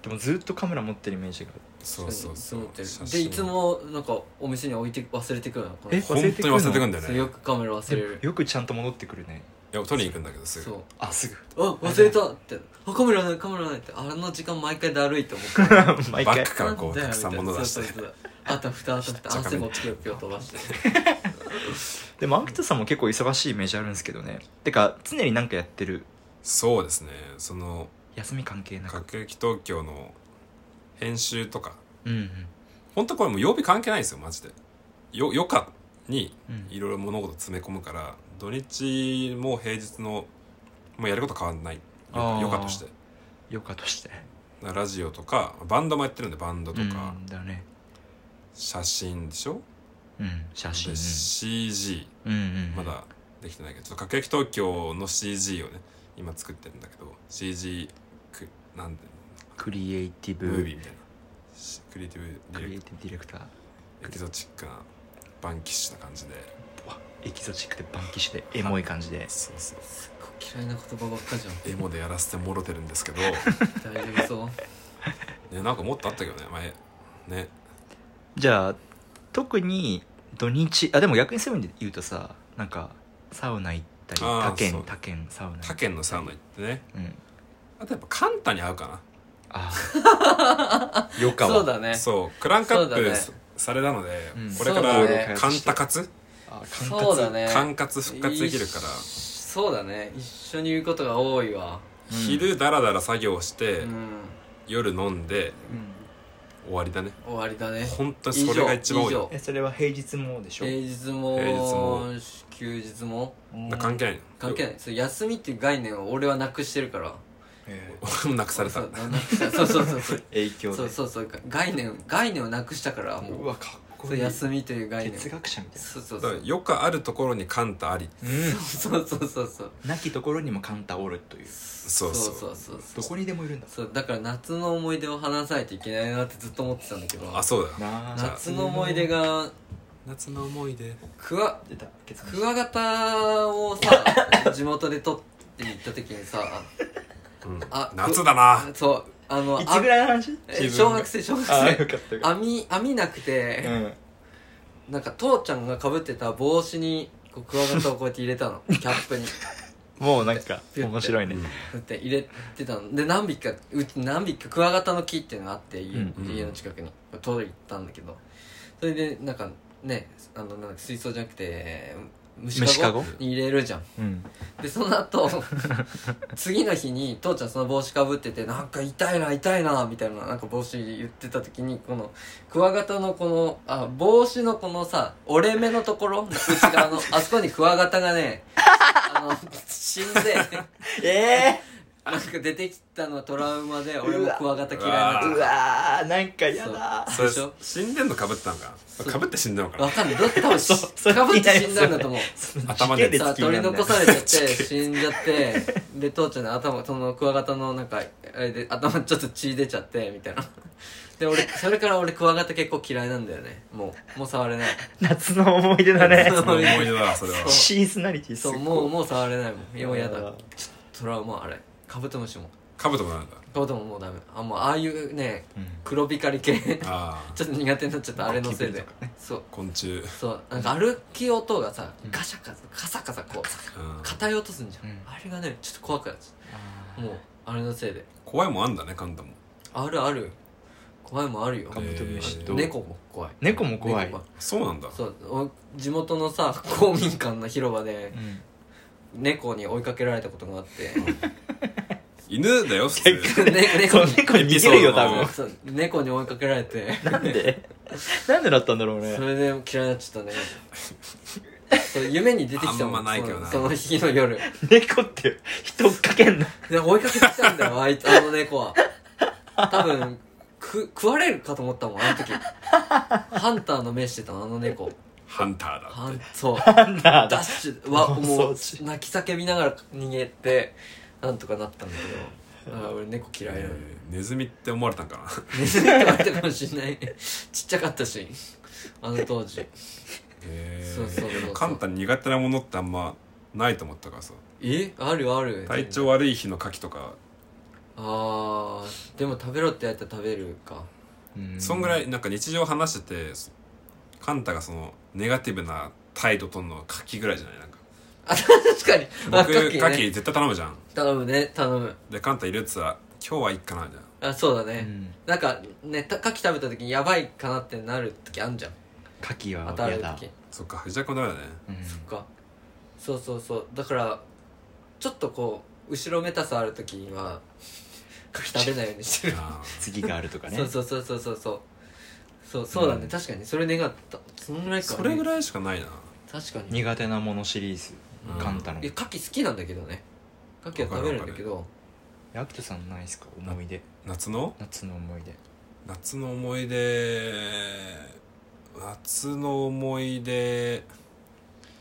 [SPEAKER 1] もずっとカメラ持ってるイメージが
[SPEAKER 2] そうそうそう
[SPEAKER 3] 持ってる
[SPEAKER 2] 写
[SPEAKER 3] で
[SPEAKER 2] 真
[SPEAKER 3] いつもなんかお店に置いて忘れてくるのこの
[SPEAKER 1] え
[SPEAKER 3] 人
[SPEAKER 2] 本当に忘れてくんだよ
[SPEAKER 3] そ
[SPEAKER 2] ね
[SPEAKER 3] うよくカメラ忘れ
[SPEAKER 1] で
[SPEAKER 3] る
[SPEAKER 1] よくちゃんと戻ってくるね
[SPEAKER 2] いや取りに行くんだけどす
[SPEAKER 3] そ
[SPEAKER 2] ぐ
[SPEAKER 3] う
[SPEAKER 1] あすぐ
[SPEAKER 3] あ忘れたってあカメラないカメラないってあの時間毎回だるいと思っ
[SPEAKER 1] (laughs)
[SPEAKER 3] て
[SPEAKER 1] 毎
[SPEAKER 2] バッ
[SPEAKER 1] 回
[SPEAKER 2] グからこうたくさん物出し
[SPEAKER 3] そう
[SPEAKER 2] て
[SPEAKER 3] そうそうあと蓋あと蓋
[SPEAKER 2] ちゃかめ
[SPEAKER 3] 汗もピヨピヨ飛ばして
[SPEAKER 1] でもアクトさんも結構忙しいイメージあるんですけどねてか常になんかやってる
[SPEAKER 2] そうですねその
[SPEAKER 1] 休み関係なく
[SPEAKER 2] 各駅東京の編集とか
[SPEAKER 1] うんうん
[SPEAKER 2] 本当これもう曜日関係ないんですよマジでよ余暇に
[SPEAKER 1] うん
[SPEAKER 2] いろいろ物事詰め込むから土日も平日のもうやること変わんない
[SPEAKER 1] あー
[SPEAKER 2] 余暇として
[SPEAKER 1] よかとして
[SPEAKER 2] ラジオとかバンドもやってるんでバンドと
[SPEAKER 1] うん
[SPEAKER 2] か、
[SPEAKER 1] だね
[SPEAKER 2] 写真でしょ
[SPEAKER 1] うん写真
[SPEAKER 2] で CG
[SPEAKER 1] うんうん
[SPEAKER 2] まだできてないけどちょっと各駅東京の CG をね今作ってるんだけど CG くなんて
[SPEAKER 1] クリエイティブ
[SPEAKER 2] ムービーみたいなしクリエイティブ
[SPEAKER 1] ク
[SPEAKER 2] デ
[SPEAKER 1] リ
[SPEAKER 2] ィ
[SPEAKER 1] エ
[SPEAKER 2] レ
[SPEAKER 1] イ
[SPEAKER 2] ク
[SPEAKER 1] ティブディレクター
[SPEAKER 2] エキゾチックなバンキッシュな感じで
[SPEAKER 1] うわエキゾチックでバンキシでエモい感じで
[SPEAKER 2] そうそう
[SPEAKER 3] すっごい嫌いな言葉ばっ
[SPEAKER 2] (laughs)
[SPEAKER 3] かじゃん
[SPEAKER 2] エモでやらせてもろてるんです
[SPEAKER 1] (laughs)
[SPEAKER 2] けど、
[SPEAKER 3] 大丈夫そう
[SPEAKER 2] ね、なんかもっとあったけどね前ね
[SPEAKER 1] じゃあ特に土日あでも逆にそういう意味で言うとさなんかサウナ行ったり
[SPEAKER 2] あー
[SPEAKER 1] 他
[SPEAKER 2] そう
[SPEAKER 1] 県他県サウナ行った
[SPEAKER 2] 他
[SPEAKER 1] り
[SPEAKER 2] 県のサウナ行ってね
[SPEAKER 1] うん
[SPEAKER 2] あとやっぱカンタに合うか
[SPEAKER 1] あ
[SPEAKER 3] (laughs)
[SPEAKER 1] あよかわ
[SPEAKER 3] そうだね
[SPEAKER 2] なそうクランクアッ
[SPEAKER 3] そうだ
[SPEAKER 2] プ
[SPEAKER 3] ね
[SPEAKER 2] さされたので
[SPEAKER 1] うん
[SPEAKER 2] これか
[SPEAKER 3] そうだ
[SPEAKER 2] ら
[SPEAKER 3] ね
[SPEAKER 2] カンタ活
[SPEAKER 1] あ管轄
[SPEAKER 3] そうだね
[SPEAKER 2] 管轄復活できるから
[SPEAKER 3] いっそうだね一緒にいることが多いわ
[SPEAKER 1] うん
[SPEAKER 2] 昼ダラダラ作業して
[SPEAKER 3] うん
[SPEAKER 2] 夜飲んで
[SPEAKER 1] うん
[SPEAKER 2] 終わりだね
[SPEAKER 3] 終わりだね
[SPEAKER 2] 本当にそれが一番多い
[SPEAKER 3] 以上以上
[SPEAKER 1] えそれは平日もでしょ
[SPEAKER 3] 平日も
[SPEAKER 2] 平日も
[SPEAKER 3] 休日も
[SPEAKER 1] うん
[SPEAKER 2] だから関係ない
[SPEAKER 3] 関係ないそう休みっていう概念を俺はなくしてるから
[SPEAKER 1] え
[SPEAKER 2] 俺もなくされた
[SPEAKER 3] そうなくしたそうそうそうそう
[SPEAKER 1] ー影響で
[SPEAKER 3] そうそうそう概念概念をなくしたからもう
[SPEAKER 1] うわかっこ
[SPEAKER 3] そう
[SPEAKER 1] いい
[SPEAKER 3] 休みという概念
[SPEAKER 1] 哲学者みたい
[SPEAKER 3] そうそう
[SPEAKER 2] だ
[SPEAKER 3] そ
[SPEAKER 2] から
[SPEAKER 3] う
[SPEAKER 2] 余暇あるところにカンタあり
[SPEAKER 1] なうん
[SPEAKER 3] そうそうそうそう
[SPEAKER 1] なきところにもカンタおるという
[SPEAKER 2] そうそう
[SPEAKER 3] そうそうそ
[SPEAKER 1] ど
[SPEAKER 3] う
[SPEAKER 1] こにでもいるんだ
[SPEAKER 3] そうだから夏の思い出を話さないといけないなってずっと思ってたんだけど
[SPEAKER 2] あそうだよ
[SPEAKER 1] なあ
[SPEAKER 3] 夏の思い出が
[SPEAKER 2] 夏の思い出
[SPEAKER 3] クワ
[SPEAKER 1] 出た結
[SPEAKER 3] クワガタをさ地元で取って行った時にさ
[SPEAKER 2] うん
[SPEAKER 3] あ
[SPEAKER 2] 夏だな
[SPEAKER 3] そうあの
[SPEAKER 1] い
[SPEAKER 3] あ
[SPEAKER 1] つぐらいの話
[SPEAKER 3] え
[SPEAKER 2] 気分
[SPEAKER 3] 小学生小学
[SPEAKER 1] ああよ
[SPEAKER 3] 生
[SPEAKER 1] かったよかっ
[SPEAKER 3] 網網なくて、
[SPEAKER 1] たうん
[SPEAKER 3] なんか父ちゃんがかぶってた帽子にこうクワガタをこうやって入れたのキャップに
[SPEAKER 1] もうなんか面白いね
[SPEAKER 3] 振って入れてたので何匹かうち何匹かクワガタの木っていうのがあって家,、
[SPEAKER 1] うん
[SPEAKER 2] うん
[SPEAKER 3] 家の近くに取りに行ったんだけどそれでなんかねあのなんだっけ水槽じゃなくて虫
[SPEAKER 1] 虫
[SPEAKER 3] か
[SPEAKER 1] か
[SPEAKER 3] ご
[SPEAKER 1] ご
[SPEAKER 3] に入れるじゃん
[SPEAKER 1] うん
[SPEAKER 3] でその
[SPEAKER 1] (laughs)
[SPEAKER 3] 後次の日に父ちゃんその帽子かぶっててなんか痛いな痛いなみたいななんか帽子言ってた時にこのクワガタのこのあ帽子のこのさ折れ目のところ内側のあそこにクワガタがねあの死んで
[SPEAKER 1] ええ
[SPEAKER 3] なんか出てきたのはトラウマで俺もクワガタ嫌いになっちゃっ
[SPEAKER 1] うわーなんかやだ
[SPEAKER 2] それ
[SPEAKER 3] でしょ
[SPEAKER 2] 死んでんのかぶってたのか
[SPEAKER 3] そう
[SPEAKER 2] かぶって死んだの
[SPEAKER 3] たわ
[SPEAKER 2] か
[SPEAKER 3] かんないどっかぶ
[SPEAKER 1] そうそれ
[SPEAKER 3] かぶって死んだんだと思う
[SPEAKER 2] 頭で
[SPEAKER 3] さあ取り残さ
[SPEAKER 1] れ
[SPEAKER 3] れちゃって死んじゃってで父ちゃんの頭そのクワガタのなんかあれで頭ちょっと血出ちゃってみたいなで俺それから俺クワガタ結構嫌いなんだよねもうもう触れない
[SPEAKER 1] 夏の思い出だ
[SPEAKER 3] (laughs)
[SPEAKER 1] ね
[SPEAKER 2] な (laughs) その思い出だわそれは
[SPEAKER 3] そう
[SPEAKER 1] シーズナリティす
[SPEAKER 3] そ
[SPEAKER 1] ご
[SPEAKER 3] う
[SPEAKER 1] い
[SPEAKER 3] もうもう触れないもんもうやだ
[SPEAKER 1] あ
[SPEAKER 3] ちょ
[SPEAKER 1] ー
[SPEAKER 3] っとトラウマあれカブトムシも
[SPEAKER 2] かぶともなんだ
[SPEAKER 3] カブトももうダメあもうああいうね
[SPEAKER 1] うん
[SPEAKER 3] 黒光り系
[SPEAKER 2] ああ
[SPEAKER 3] (laughs) ちょっと苦手になっちゃったあれのせい
[SPEAKER 1] ゴキブリ
[SPEAKER 3] で
[SPEAKER 1] と
[SPEAKER 3] そう
[SPEAKER 2] 昆虫
[SPEAKER 3] そうなんか歩き音がさガシャガシャカサカサこう
[SPEAKER 2] うん
[SPEAKER 3] 硬い音すんじゃん、
[SPEAKER 1] うん
[SPEAKER 3] あれがねちょっと怖くなっちゃったもうあれのせいで
[SPEAKER 2] 怖いもんあんだねカンタも
[SPEAKER 3] あるある怖いもんあるよ
[SPEAKER 1] カブトムシ
[SPEAKER 2] え
[SPEAKER 1] と
[SPEAKER 2] ー
[SPEAKER 3] 猫も怖い
[SPEAKER 1] 猫も怖い
[SPEAKER 3] 猫
[SPEAKER 2] そうなんだ
[SPEAKER 3] そうお地元のさ公民館の広場で
[SPEAKER 1] うん
[SPEAKER 3] 猫に追いかけられたことがあって
[SPEAKER 2] 犬だよ普通
[SPEAKER 3] (laughs) ね
[SPEAKER 1] そ
[SPEAKER 3] 猫
[SPEAKER 1] う
[SPEAKER 3] に
[SPEAKER 1] 猫に逃げるよ多
[SPEAKER 3] (laughs)
[SPEAKER 2] 猫
[SPEAKER 1] 分
[SPEAKER 3] そう猫に追いかけられて
[SPEAKER 1] なんで (laughs) なんでだったんだろう
[SPEAKER 3] そ
[SPEAKER 1] ね
[SPEAKER 3] れで嫌いにな
[SPEAKER 1] (laughs)
[SPEAKER 3] っちゃったねそう夢に出てきたも
[SPEAKER 2] あんまないけどな
[SPEAKER 3] そのその日の夜
[SPEAKER 1] 猫って人追っかけんの
[SPEAKER 3] で追いかけてきた
[SPEAKER 2] (laughs)
[SPEAKER 3] んだよあいつあの猫は多分く食われるかと思ったもんあの時ハンターの目してたのあの猫
[SPEAKER 2] ハンターだ
[SPEAKER 3] は
[SPEAKER 2] っ
[SPEAKER 3] ん
[SPEAKER 2] て (laughs)
[SPEAKER 3] そう
[SPEAKER 1] なんだ
[SPEAKER 3] ダッシュは
[SPEAKER 1] 大
[SPEAKER 3] もう
[SPEAKER 1] 掃
[SPEAKER 3] 泣き叫びながら逃げてなんとかなったんだけどあー俺猫嫌いなのね
[SPEAKER 2] えーネズミって思われたんかな
[SPEAKER 3] ネズミって言われたかもしんないちっちゃかったしあの当時
[SPEAKER 2] えー
[SPEAKER 3] そうそうそうそう
[SPEAKER 2] でもカンタ苦手なものってあんまないと思ったからさ
[SPEAKER 3] えあるある
[SPEAKER 2] 体調悪い日の牡蠣とか
[SPEAKER 3] あーでも食べろってやったら食べるか
[SPEAKER 1] うん
[SPEAKER 2] そんぐらいなんか日常話しててそカンタがそのネガティブな態度とんのは牡蠣ぐらいじゃない
[SPEAKER 3] (laughs)
[SPEAKER 2] なんか
[SPEAKER 3] 確かにあ
[SPEAKER 2] 僕
[SPEAKER 3] 牡
[SPEAKER 2] 牡
[SPEAKER 3] 蠣
[SPEAKER 2] 蠣、
[SPEAKER 3] ね
[SPEAKER 2] 絶対頼むじゃん
[SPEAKER 3] 頼むね頼む
[SPEAKER 2] でカンタいるっつら今日はいっかなみたいな
[SPEAKER 3] あそうだ
[SPEAKER 1] う
[SPEAKER 3] ね、
[SPEAKER 1] ん
[SPEAKER 3] なんかねた牡蠣食べた時にやばいかなってなる時あんじゃん
[SPEAKER 1] 牡蠣
[SPEAKER 3] 当
[SPEAKER 1] は
[SPEAKER 3] た
[SPEAKER 1] 嫌
[SPEAKER 3] る
[SPEAKER 1] だ
[SPEAKER 3] 時
[SPEAKER 2] そっか藤田君ダ
[SPEAKER 3] (laughs)
[SPEAKER 2] メだね
[SPEAKER 1] うん
[SPEAKER 3] そっかそうそうそうだからちょっとこう後ろめたさある時には牡蠣食べないようにして
[SPEAKER 1] (laughs)
[SPEAKER 3] る
[SPEAKER 2] あ
[SPEAKER 1] 次があるとかね
[SPEAKER 3] そうそうそうそうそうそうそうそうだね、
[SPEAKER 1] うん
[SPEAKER 3] 確かにそれ願ったそんぐらい
[SPEAKER 2] ー
[SPEAKER 3] か、ね、
[SPEAKER 2] それぐらいしかないな
[SPEAKER 3] 確かに
[SPEAKER 1] 苦手なものシリーズ
[SPEAKER 2] うん
[SPEAKER 1] カンタの
[SPEAKER 3] え牡蠣好きなんだけどね牡蠣は食べるんだけど
[SPEAKER 1] アクトさんないですか思い出
[SPEAKER 2] 夏の
[SPEAKER 1] 夏の思い出
[SPEAKER 2] 夏の思い出夏の思い出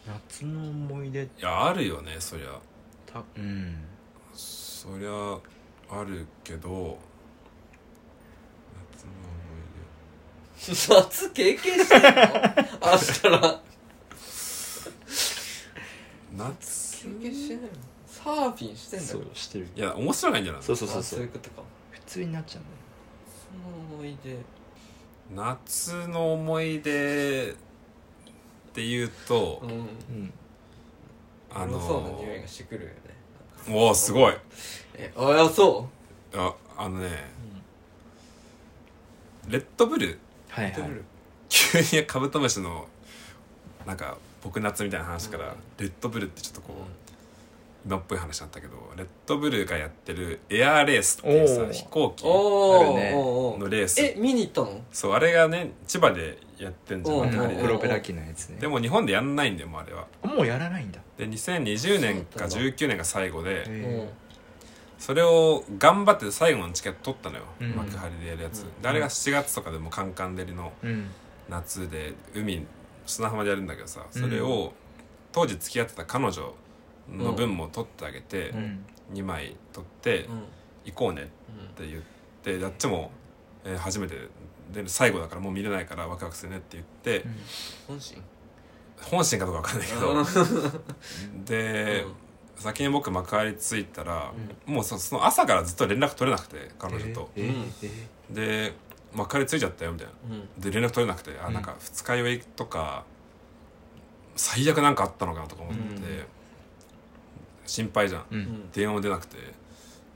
[SPEAKER 1] 夏の思い出
[SPEAKER 2] いやあるよねそりゃ
[SPEAKER 1] たうん
[SPEAKER 2] そりゃあるけど夏の
[SPEAKER 3] 夏経験してん
[SPEAKER 1] (laughs)
[SPEAKER 3] のあしたら
[SPEAKER 2] 思い出夏
[SPEAKER 3] 経験してないのサーフィンしてんだ
[SPEAKER 1] そ
[SPEAKER 3] よ
[SPEAKER 1] うしてる
[SPEAKER 2] いや面白いがいいんじゃない
[SPEAKER 1] そうそう
[SPEAKER 3] あ
[SPEAKER 1] そう
[SPEAKER 3] そ
[SPEAKER 1] そう
[SPEAKER 3] いう
[SPEAKER 1] う
[SPEAKER 3] ことか
[SPEAKER 1] 普通になっちゃうんだよ
[SPEAKER 3] その思い出
[SPEAKER 2] 夏の思い出っていうと、
[SPEAKER 3] うん
[SPEAKER 1] うん
[SPEAKER 2] あの
[SPEAKER 3] 黒そうな匂いがしてくるよね
[SPEAKER 2] おおすごい
[SPEAKER 3] えああそ
[SPEAKER 2] ああのねレッドブル
[SPEAKER 1] はいはい
[SPEAKER 2] 急にカブトムシのなんか僕夏みたいな話から、レッドブルってちょっとこう、今っぽい話だったけどレッドブルがやってるエアーレースっていう
[SPEAKER 1] お
[SPEAKER 2] さ
[SPEAKER 1] ー
[SPEAKER 2] 飛行機
[SPEAKER 3] うおー
[SPEAKER 1] あるね
[SPEAKER 3] おーお
[SPEAKER 2] の
[SPEAKER 3] ー
[SPEAKER 2] レース
[SPEAKER 3] え見に行ったの
[SPEAKER 2] そうあれがね千葉でやってんじゃん
[SPEAKER 3] おう
[SPEAKER 2] 幕張
[SPEAKER 1] う
[SPEAKER 2] で
[SPEAKER 1] ん
[SPEAKER 3] お
[SPEAKER 1] プ
[SPEAKER 3] うお
[SPEAKER 1] ロ
[SPEAKER 3] う
[SPEAKER 1] ペラ機のやつね
[SPEAKER 2] でも日本でやんないんだよもうあれは
[SPEAKER 1] もうやらないんだ
[SPEAKER 2] で2020年か
[SPEAKER 3] そうだ
[SPEAKER 2] 19年が最後で、
[SPEAKER 1] へ
[SPEAKER 2] それを頑張って最後のチケット取ったのよ、
[SPEAKER 1] うん
[SPEAKER 2] 幕張でやるやつ、
[SPEAKER 3] うん
[SPEAKER 2] であれが7月とかでもカンカン照りの
[SPEAKER 1] えうん
[SPEAKER 2] 夏で海砂浜でやるんだけどさそれを当時付き合ってた彼女の分も取ってあげて、
[SPEAKER 1] うん
[SPEAKER 2] 2枚取って
[SPEAKER 3] うん
[SPEAKER 2] 行こうねって言ってであっちも、えー初めてで最後だからもう見れないからワクワクするねって言って、
[SPEAKER 3] 本心
[SPEAKER 2] 本心かどうかわかんないけど、で、先に僕幕張着いたら、もうそその朝からずっと連絡取れなくて彼女と、
[SPEAKER 1] えーえー
[SPEAKER 2] で幕張着いちゃったよみたいな
[SPEAKER 3] うん
[SPEAKER 2] で連絡取れなくてあなんか二日酔いとか、最悪なんかあったのかなとか思って、
[SPEAKER 1] うん
[SPEAKER 2] 心配じゃん
[SPEAKER 1] う
[SPEAKER 3] うんん
[SPEAKER 2] 電話も出なくて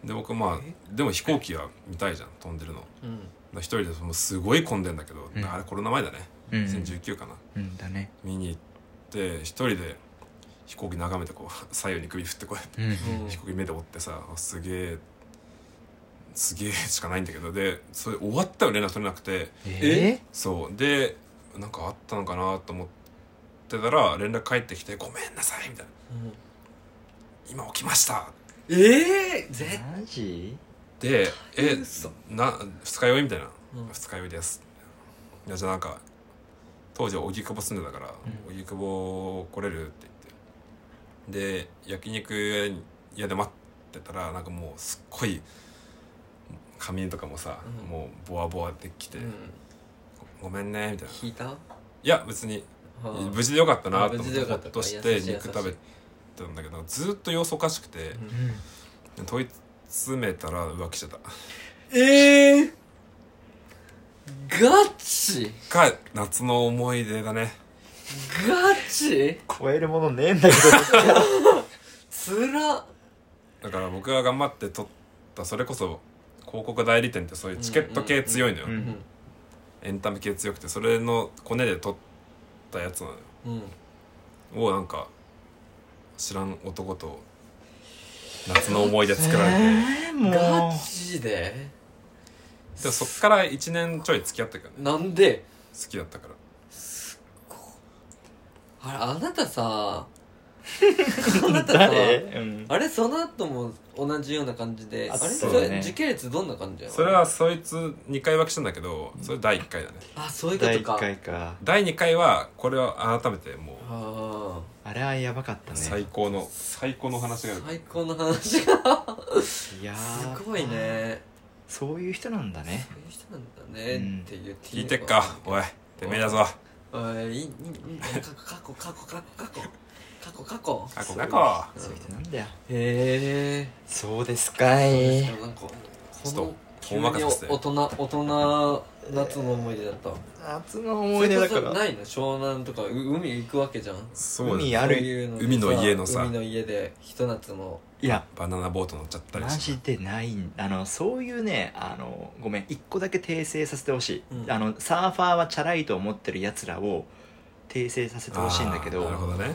[SPEAKER 2] で僕まあでも飛行機は見たいじゃん飛んでるのだか
[SPEAKER 3] うん
[SPEAKER 2] ら一人でもうすごい混んでんだけど、
[SPEAKER 1] うん
[SPEAKER 2] あれコロナ前だね、
[SPEAKER 1] うん
[SPEAKER 2] 2019かな
[SPEAKER 1] うんだね
[SPEAKER 2] 見に行って一人で飛行機眺めてこう (laughs) 左右に首振ってこうやって
[SPEAKER 1] うん
[SPEAKER 3] うん
[SPEAKER 2] 飛行機目で追ってさあすげえすげえしかないんだけどでそれ終わったよ連絡取れなくて
[SPEAKER 1] え
[SPEAKER 2] そうでなんかあったのかなと思ってたら連絡返ってきて「ごめんなさい」みたいな
[SPEAKER 3] うん
[SPEAKER 2] 「今起きました
[SPEAKER 3] ええ絶
[SPEAKER 1] マジ」
[SPEAKER 2] で「え
[SPEAKER 3] 嘘
[SPEAKER 2] な二日酔い?」みたいな
[SPEAKER 3] う
[SPEAKER 2] 「
[SPEAKER 3] ん
[SPEAKER 2] 二日酔いです」いやじゃあなんか当時は荻窪住んでたから「荻窪来れる?」って言ってで焼肉屋で待ってたらなんかもうすっごい髪とかもさ、
[SPEAKER 3] うん
[SPEAKER 2] もうボワボワできて
[SPEAKER 3] うん
[SPEAKER 2] 「ごめんね」みたいな「
[SPEAKER 3] 引いた
[SPEAKER 2] いや別に
[SPEAKER 3] うん
[SPEAKER 2] 無事でよかったなと思
[SPEAKER 3] 無
[SPEAKER 2] っ
[SPEAKER 3] 事
[SPEAKER 2] て
[SPEAKER 3] でよ
[SPEAKER 2] ほ
[SPEAKER 3] か
[SPEAKER 2] っ
[SPEAKER 3] った
[SPEAKER 2] とし
[SPEAKER 3] 優
[SPEAKER 2] て
[SPEAKER 3] しい
[SPEAKER 2] 肉食べたんだけどずっと様子おかしくて
[SPEAKER 3] うん
[SPEAKER 2] 問い詰めたら浮気してた
[SPEAKER 3] ええガチ
[SPEAKER 2] が夏の思い出だね
[SPEAKER 3] ガチ
[SPEAKER 1] 超えるものねえんだけど
[SPEAKER 3] つら
[SPEAKER 2] だから僕が頑張って取ったそれこそ広告代理店ってそういうチケット系強いのよ
[SPEAKER 1] うんうん
[SPEAKER 2] エンタメ系強くてそれのコネで取ったやつなのよ
[SPEAKER 3] うん
[SPEAKER 2] をなんか知らん男と夏の思い出作られてで
[SPEAKER 1] (laughs) えーも
[SPEAKER 3] ガ
[SPEAKER 1] う
[SPEAKER 3] チで
[SPEAKER 2] もそっから1年ちょい付き合ったけどね
[SPEAKER 3] なんで
[SPEAKER 2] 好きだったから
[SPEAKER 1] (laughs)
[SPEAKER 3] あれあなたさそうなったらさ
[SPEAKER 1] 誰うん
[SPEAKER 3] あれその後も同じような感じであ
[SPEAKER 1] あ
[SPEAKER 3] れ
[SPEAKER 1] そう
[SPEAKER 3] そ
[SPEAKER 1] だね
[SPEAKER 3] れ時系列どんな感じやの
[SPEAKER 2] それはそいつ2回分けしたんだけどそれ第1回だね
[SPEAKER 3] あそういうこ
[SPEAKER 1] 第1
[SPEAKER 3] とか
[SPEAKER 1] 回か
[SPEAKER 2] 第2回はこれは改めてもう
[SPEAKER 3] あ
[SPEAKER 1] あれはやばかった
[SPEAKER 2] 最
[SPEAKER 1] ね
[SPEAKER 2] 高の最高の
[SPEAKER 3] あ
[SPEAKER 2] 話がある
[SPEAKER 3] 最高の話が
[SPEAKER 1] いやー
[SPEAKER 3] すごいね
[SPEAKER 1] そういう人なんだね
[SPEAKER 3] そういう人なんだね
[SPEAKER 1] うん
[SPEAKER 3] って言って
[SPEAKER 2] 聞
[SPEAKER 3] いい
[SPEAKER 2] い
[SPEAKER 3] の
[SPEAKER 2] てっかおいてめえだぞ
[SPEAKER 3] おいいいいいい過去過去過去過去過去過去過去
[SPEAKER 2] 過去過去
[SPEAKER 1] そういう人なんだよ
[SPEAKER 3] へえ
[SPEAKER 1] そうですかい
[SPEAKER 3] なんか
[SPEAKER 2] ちょっ
[SPEAKER 3] こ
[SPEAKER 2] と
[SPEAKER 3] の急
[SPEAKER 2] お
[SPEAKER 3] に
[SPEAKER 2] 任せして
[SPEAKER 3] 大人大人夏の思い出だったわ
[SPEAKER 1] 夏の思い出だか
[SPEAKER 3] それこそ
[SPEAKER 1] ら
[SPEAKER 3] ないの湘南とかう海行くわけじゃん
[SPEAKER 2] そう
[SPEAKER 1] 海
[SPEAKER 2] だ
[SPEAKER 1] やる
[SPEAKER 3] そういうでさ
[SPEAKER 2] 海の家のさ
[SPEAKER 3] 海の家でひと夏の
[SPEAKER 1] いや
[SPEAKER 2] バナナボート乗っちゃったり
[SPEAKER 1] マ
[SPEAKER 2] して
[SPEAKER 1] ジでないんあのそういうねあのごめん一個だけ訂正させてほしい、
[SPEAKER 3] うん
[SPEAKER 1] あのサーファーはチャラいと思ってるやつらを訂正させてほしいんだけ
[SPEAKER 2] あ
[SPEAKER 1] ど
[SPEAKER 2] ーなるほどね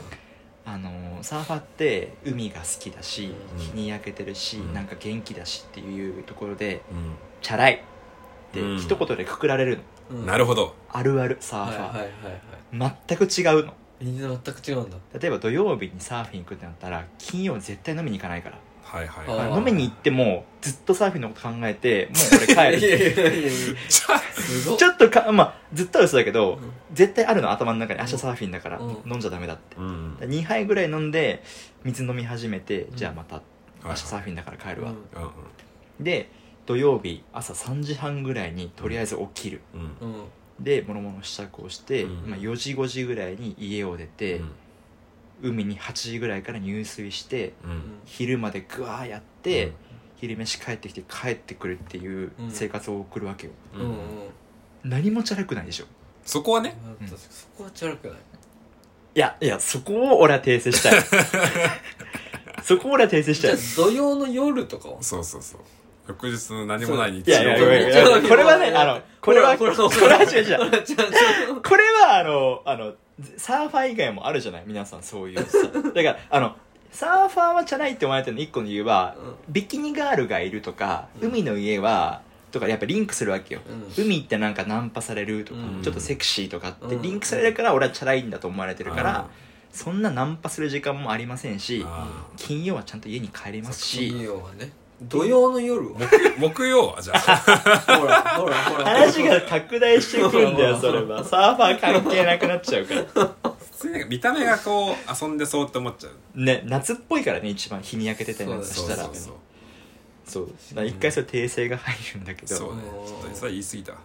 [SPEAKER 1] あのサーファーって海が好きだし、
[SPEAKER 3] うん
[SPEAKER 1] 日に焼けてるし、
[SPEAKER 2] うん
[SPEAKER 1] なんか元気だしっていうところで
[SPEAKER 2] うん
[SPEAKER 1] 「チャラい」って
[SPEAKER 2] うん
[SPEAKER 1] 一言でくくられるの、
[SPEAKER 3] うん
[SPEAKER 2] なるほど
[SPEAKER 1] あるあるサー
[SPEAKER 3] は
[SPEAKER 1] フ
[SPEAKER 3] いはい
[SPEAKER 1] ァー、
[SPEAKER 3] はいはい
[SPEAKER 1] 全く違うの
[SPEAKER 3] みんな全く違うんだ
[SPEAKER 1] 例えば土曜日にサーフィン行くってなったら金曜絶対飲みに行かないから
[SPEAKER 2] はいはい
[SPEAKER 3] あ
[SPEAKER 1] あ
[SPEAKER 2] はい
[SPEAKER 1] の飲みに行ってもずっとサーフィンのこと考えてもう俺帰る
[SPEAKER 3] やいやいや
[SPEAKER 2] じゃあ
[SPEAKER 3] すごっ
[SPEAKER 1] ちょっとかまあずっとは嘘だけど、
[SPEAKER 3] うん
[SPEAKER 1] 絶対あるの頭の中に明日サーフィンだから、
[SPEAKER 3] うん
[SPEAKER 1] 飲んじゃダメだって
[SPEAKER 2] (laughs) うん
[SPEAKER 1] 2杯ぐらい飲んで水飲み始めて、
[SPEAKER 3] うん
[SPEAKER 1] じゃあまた明
[SPEAKER 2] はい
[SPEAKER 1] 日サーフィンだから帰るわ、
[SPEAKER 2] うん
[SPEAKER 1] で土曜日朝3時半ぐらいにとりあえず起きる、
[SPEAKER 2] うんうん
[SPEAKER 3] うんうん
[SPEAKER 1] で諸々支度をして、
[SPEAKER 2] うん
[SPEAKER 1] まあ、4時5時ぐらいに家を出て、
[SPEAKER 2] うん
[SPEAKER 1] 海に8時ぐらいから入水して
[SPEAKER 2] うん
[SPEAKER 1] 昼までグワーやって、昼飯帰ってきて帰ってくるっていう
[SPEAKER 3] うん
[SPEAKER 1] 生活を送るわけよ、
[SPEAKER 2] うん
[SPEAKER 3] うんうん
[SPEAKER 1] 何もチャラくないでしょ
[SPEAKER 2] そこはね
[SPEAKER 3] あ確かにそこはチャラくない
[SPEAKER 1] いやいやそこを俺は訂正したい (laughs) そこを俺は訂正し
[SPEAKER 3] じ
[SPEAKER 1] た
[SPEAKER 3] ゃあ
[SPEAKER 1] い
[SPEAKER 3] 土曜の夜とかは
[SPEAKER 2] そうそうそう翌日の何もない日
[SPEAKER 1] いやいや
[SPEAKER 3] ご
[SPEAKER 1] ご
[SPEAKER 3] め
[SPEAKER 1] め
[SPEAKER 3] ん
[SPEAKER 1] ん
[SPEAKER 3] ご
[SPEAKER 1] ごめ
[SPEAKER 3] めん
[SPEAKER 1] んこれはねあのこれは
[SPEAKER 3] ほ
[SPEAKER 1] これ
[SPEAKER 3] らほ
[SPEAKER 1] は
[SPEAKER 3] ら
[SPEAKER 1] 違う違
[SPEAKER 3] ほ
[SPEAKER 1] う
[SPEAKER 3] ら違う違う
[SPEAKER 1] これはあのあのサーファー以外もあるじゃない皆さんそういう (laughs) さだからあのサーファーはチャラいって思われてるの一個の理由はビキニガールがいるとか
[SPEAKER 3] うん
[SPEAKER 1] 海の家はとかやっぱリンクするわけよ
[SPEAKER 3] うん
[SPEAKER 1] 海ってなんかナンパされるとか、
[SPEAKER 3] うん
[SPEAKER 1] ちょっとセクシーとかって
[SPEAKER 3] うん
[SPEAKER 1] リンクされるから俺はチャラいんだと思われてるから、
[SPEAKER 2] あ
[SPEAKER 1] そんなナンパする時間もありませんし
[SPEAKER 2] ーあ
[SPEAKER 1] 金曜はちゃんと家に帰ります
[SPEAKER 3] 金
[SPEAKER 1] し
[SPEAKER 3] 曜はね土曜の夜
[SPEAKER 1] (laughs)
[SPEAKER 3] は
[SPEAKER 2] ー木曜はじゃあ
[SPEAKER 3] ほらほらほら
[SPEAKER 1] 話が拡大していくんだよそれはサーファー関係なくなっちゃうから
[SPEAKER 2] 普通になんか見た目がこう遊んでそうって思っちゃう
[SPEAKER 1] ね夏っぽいからね一番日に焼けてたりなんか
[SPEAKER 2] そ
[SPEAKER 1] し
[SPEAKER 2] う
[SPEAKER 1] た
[SPEAKER 2] そ
[SPEAKER 1] らそう
[SPEAKER 2] うそう
[SPEAKER 1] だから一回それ訂正が入るんだけど
[SPEAKER 2] そうねちょっとそれ言い過ぎたわ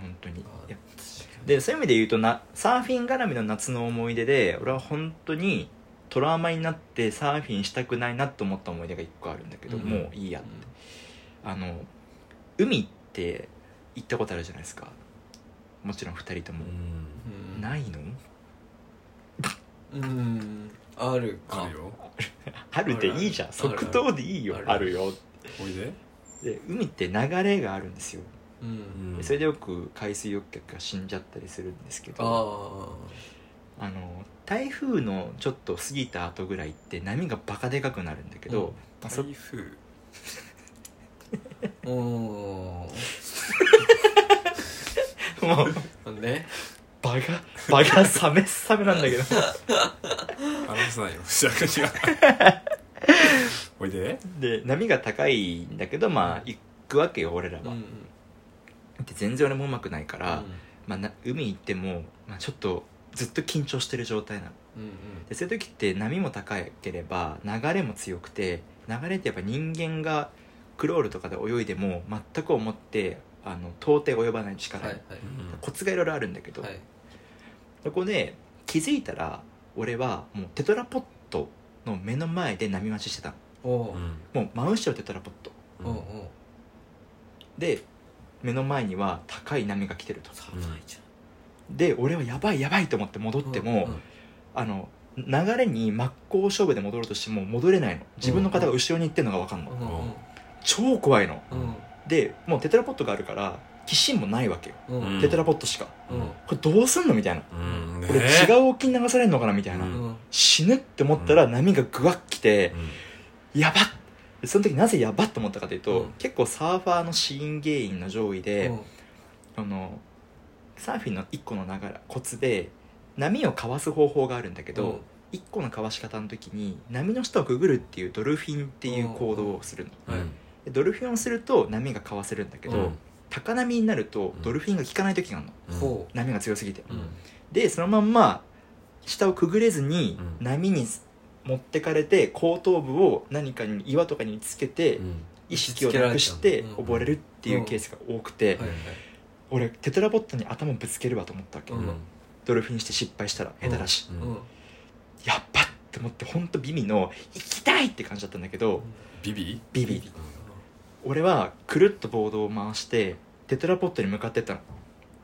[SPEAKER 1] 本当にいや
[SPEAKER 3] 確
[SPEAKER 1] でそういう意味で言うとなサーフィン絡みの夏の思い出で俺は本当にトラウマになってサーフィンしたくないなと思った思い出が一個あるんだけど、
[SPEAKER 3] うん
[SPEAKER 1] もういいや
[SPEAKER 3] かに
[SPEAKER 1] あの海って行ったことあるじゃないですかもちろん2人とも、
[SPEAKER 3] うん
[SPEAKER 1] ないの
[SPEAKER 3] うんあるか
[SPEAKER 2] あるよ
[SPEAKER 1] あるでいいじゃん
[SPEAKER 3] あるある
[SPEAKER 1] 即答でいいよ
[SPEAKER 3] ある
[SPEAKER 1] あるよ
[SPEAKER 2] おいで
[SPEAKER 1] で海って流れがあるんですよ
[SPEAKER 3] う
[SPEAKER 2] うんん
[SPEAKER 1] それでよく海水浴客が死んじゃったりするんですけ
[SPEAKER 3] あ
[SPEAKER 1] ど
[SPEAKER 3] あ
[SPEAKER 1] あの台風のちょっと過ぎた後ぐらいって波がバカでかくなるんだけど、
[SPEAKER 3] うん
[SPEAKER 1] まあそ (laughs)
[SPEAKER 2] 台風
[SPEAKER 3] うん
[SPEAKER 1] もう
[SPEAKER 3] ね
[SPEAKER 1] バカバカサメサメなんだけど
[SPEAKER 2] 話 (laughs) さないよ逆に違うおいで
[SPEAKER 1] で波が高いんだけどまあ行くわけよ俺らは、
[SPEAKER 3] うん
[SPEAKER 1] で全然俺もうまくないから、まあ、な海行っても、まあ、ちょっとずっと緊張してる状態なの
[SPEAKER 3] うん
[SPEAKER 1] でそういう時って波も高ければ流れも強くて流れってやっぱ人間がクロールとかで泳いでも全く思ってあの到底及ばない
[SPEAKER 3] うん
[SPEAKER 1] 力、
[SPEAKER 3] はいはい
[SPEAKER 1] コツがいろいろあるんだけど、
[SPEAKER 3] はい
[SPEAKER 1] そこで気づいたら俺はもうテトラポットの目の前で波待ちしてたの
[SPEAKER 3] おお
[SPEAKER 1] もう真後ろテトラポット
[SPEAKER 3] おお
[SPEAKER 1] で目の前には高い波が来てると
[SPEAKER 3] 寒いじ
[SPEAKER 1] で俺はやばいやばいと思って戻
[SPEAKER 3] ゃん
[SPEAKER 1] っても、あの流れに真っ向勝負で戻ろうとしても戻れないの自分の方が後ろに行ってるのが分かんの、
[SPEAKER 3] うんうん
[SPEAKER 1] 超怖いの
[SPEAKER 3] うん
[SPEAKER 1] でもうテトラポットがあるから岸もないわけよ、
[SPEAKER 3] うんうん
[SPEAKER 1] テトラポットしか
[SPEAKER 3] うん
[SPEAKER 1] これどうすんのみたいな、
[SPEAKER 2] うんね
[SPEAKER 1] これ違う沖に流されるのかなみたいな、
[SPEAKER 2] うん
[SPEAKER 3] うん
[SPEAKER 1] 死ぬって思ったら波がグワッ来て、やばっでその時なぜやばっと思ったかというと、
[SPEAKER 3] うん
[SPEAKER 1] 結構サーファーの死因原因の上位で、
[SPEAKER 3] うん
[SPEAKER 1] あのサーフィンの一個の流れコツで波をかわす方法があるんだけど、
[SPEAKER 3] うん
[SPEAKER 1] 1個のかわし方の時に波の下をくぐるっていうドルフィンっていう行動をするの
[SPEAKER 3] はい
[SPEAKER 1] でドルフィンをすると波がかわせるんだけど、
[SPEAKER 3] うん
[SPEAKER 1] 高波になると
[SPEAKER 2] うん
[SPEAKER 1] ドルフィンが効かない時があるの
[SPEAKER 3] ほ
[SPEAKER 1] 波が強すぎて
[SPEAKER 3] う、うん
[SPEAKER 1] でそのまんま下をくぐれずに
[SPEAKER 2] うん
[SPEAKER 1] 波に持ってかれて後頭部を何かに岩とかにつけて
[SPEAKER 2] うん
[SPEAKER 1] 意識をなくして
[SPEAKER 3] 打ちつけられちゃう
[SPEAKER 1] 溺れるっていうケースが多くて
[SPEAKER 3] はいはい
[SPEAKER 1] 俺テトラボットに頭ぶつけるわと思ったわけ
[SPEAKER 3] うん
[SPEAKER 1] ドルフィンして失敗したら下手だし
[SPEAKER 2] うん
[SPEAKER 1] やっばって思って本当ビビの「行きたい!」って感じだったんだけど
[SPEAKER 2] ビビ
[SPEAKER 1] ビビ俺はくるっとボードを回してテトラポットに向かってったの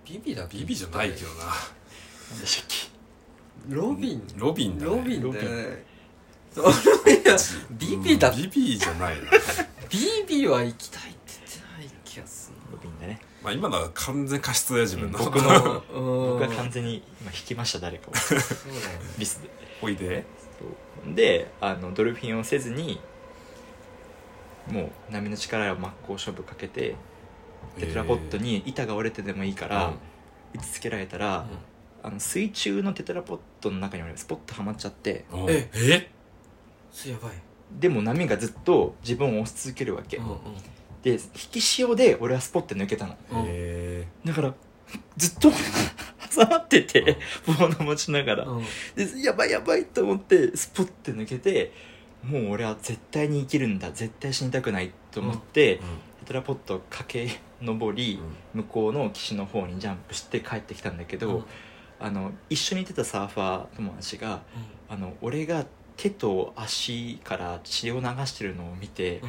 [SPEAKER 3] ビビだっけ
[SPEAKER 2] ビビじゃないけどな
[SPEAKER 1] なんでしたっけ
[SPEAKER 3] ロビン
[SPEAKER 2] ロビンだね
[SPEAKER 3] ロビンだ
[SPEAKER 1] ロビ
[SPEAKER 3] ねそういやビビだ
[SPEAKER 2] うんビビじゃないな
[SPEAKER 3] ビビは行きたいって言ってない気がする
[SPEAKER 1] ロビンだね
[SPEAKER 2] まあ今のは完全過失だよ自分の
[SPEAKER 1] うん僕
[SPEAKER 3] な
[SPEAKER 1] の僕
[SPEAKER 3] 僕
[SPEAKER 1] は完全に今引きました誰かを
[SPEAKER 3] そうだよね
[SPEAKER 1] ミスで
[SPEAKER 2] おいで
[SPEAKER 1] そうであのドルフィンをせずにもう波の力を真っ向勝負かけてテトラポットに板が折れてでもいいから打ちつけられたら、あの水中のテトラポットの中に俺スポッとはまっちゃって
[SPEAKER 2] うんうん
[SPEAKER 3] え
[SPEAKER 2] え
[SPEAKER 3] そうやばい
[SPEAKER 1] でも波がずっと自分を押し続けるわけ、
[SPEAKER 3] うんうん
[SPEAKER 1] で引き潮で俺はスポッて抜けたの
[SPEAKER 3] うん
[SPEAKER 2] え
[SPEAKER 1] だからずっと挟まっててボード持ちながら、
[SPEAKER 3] うん
[SPEAKER 1] でやばいやばいと思ってスポッて抜けてもう俺は絶対に生きるんだ絶対死にたくないと思って、
[SPEAKER 2] ーうん
[SPEAKER 1] テトラポットを駆け上り、向こうの岸の方にジャンプして帰ってきたんだけど、
[SPEAKER 3] うん
[SPEAKER 1] あの一緒にいてたサーファー友達があの俺が手と足から血を流してるのを見て、
[SPEAKER 3] うん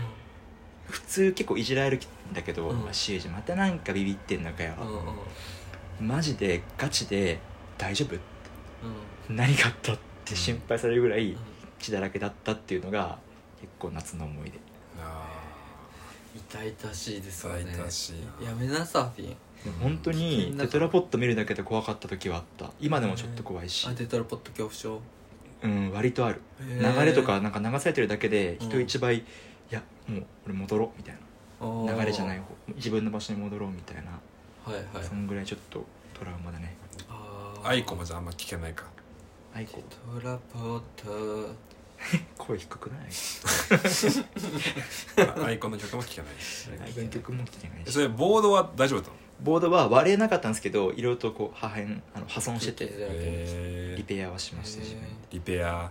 [SPEAKER 1] 普通結構いじられるんだけど
[SPEAKER 3] う
[SPEAKER 1] 「
[SPEAKER 3] ん
[SPEAKER 1] シエジまたなんかビビってんのかよ、
[SPEAKER 3] うんうんうん
[SPEAKER 1] マジでガチで大丈夫 (laughs) 何があった?」って心配されるぐらい血だらけだったっていうのが結構夏の思い出
[SPEAKER 2] あ
[SPEAKER 3] 痛々しいですよね
[SPEAKER 2] 痛々しいな
[SPEAKER 3] やめなサーフィン
[SPEAKER 1] でも本当
[SPEAKER 3] 危
[SPEAKER 1] に
[SPEAKER 3] 険だ
[SPEAKER 1] テ
[SPEAKER 3] から
[SPEAKER 1] トラポット見るだけで怖かった時はあった今でもちょっと怖いし
[SPEAKER 3] ア、ンテトラポッド恐怖症
[SPEAKER 1] うん、割とある
[SPEAKER 3] 流
[SPEAKER 1] 流れとかなんか流されてるだけで
[SPEAKER 3] うん
[SPEAKER 1] 人一倍、いやもう俺戻ろうみたいな流れじゃない方自分の場所に戻ろうみたいな
[SPEAKER 3] はいはい
[SPEAKER 1] そんぐらいちょっとトラウマだね
[SPEAKER 3] あー
[SPEAKER 2] アイコもじゃあんま聞けないか
[SPEAKER 1] アイ
[SPEAKER 3] テ
[SPEAKER 1] コ
[SPEAKER 3] トラポッド
[SPEAKER 1] 声低くない
[SPEAKER 2] アイコの曲も聞けないし
[SPEAKER 1] ライブの曲も来てない
[SPEAKER 2] え
[SPEAKER 1] し
[SPEAKER 2] それボードは大丈夫だったの
[SPEAKER 1] ボードは割れなかったんですけどいろいろとこう破片あの破損してて
[SPEAKER 2] え
[SPEAKER 1] リ
[SPEAKER 2] ー
[SPEAKER 1] ペアはしました自分で
[SPEAKER 2] リペア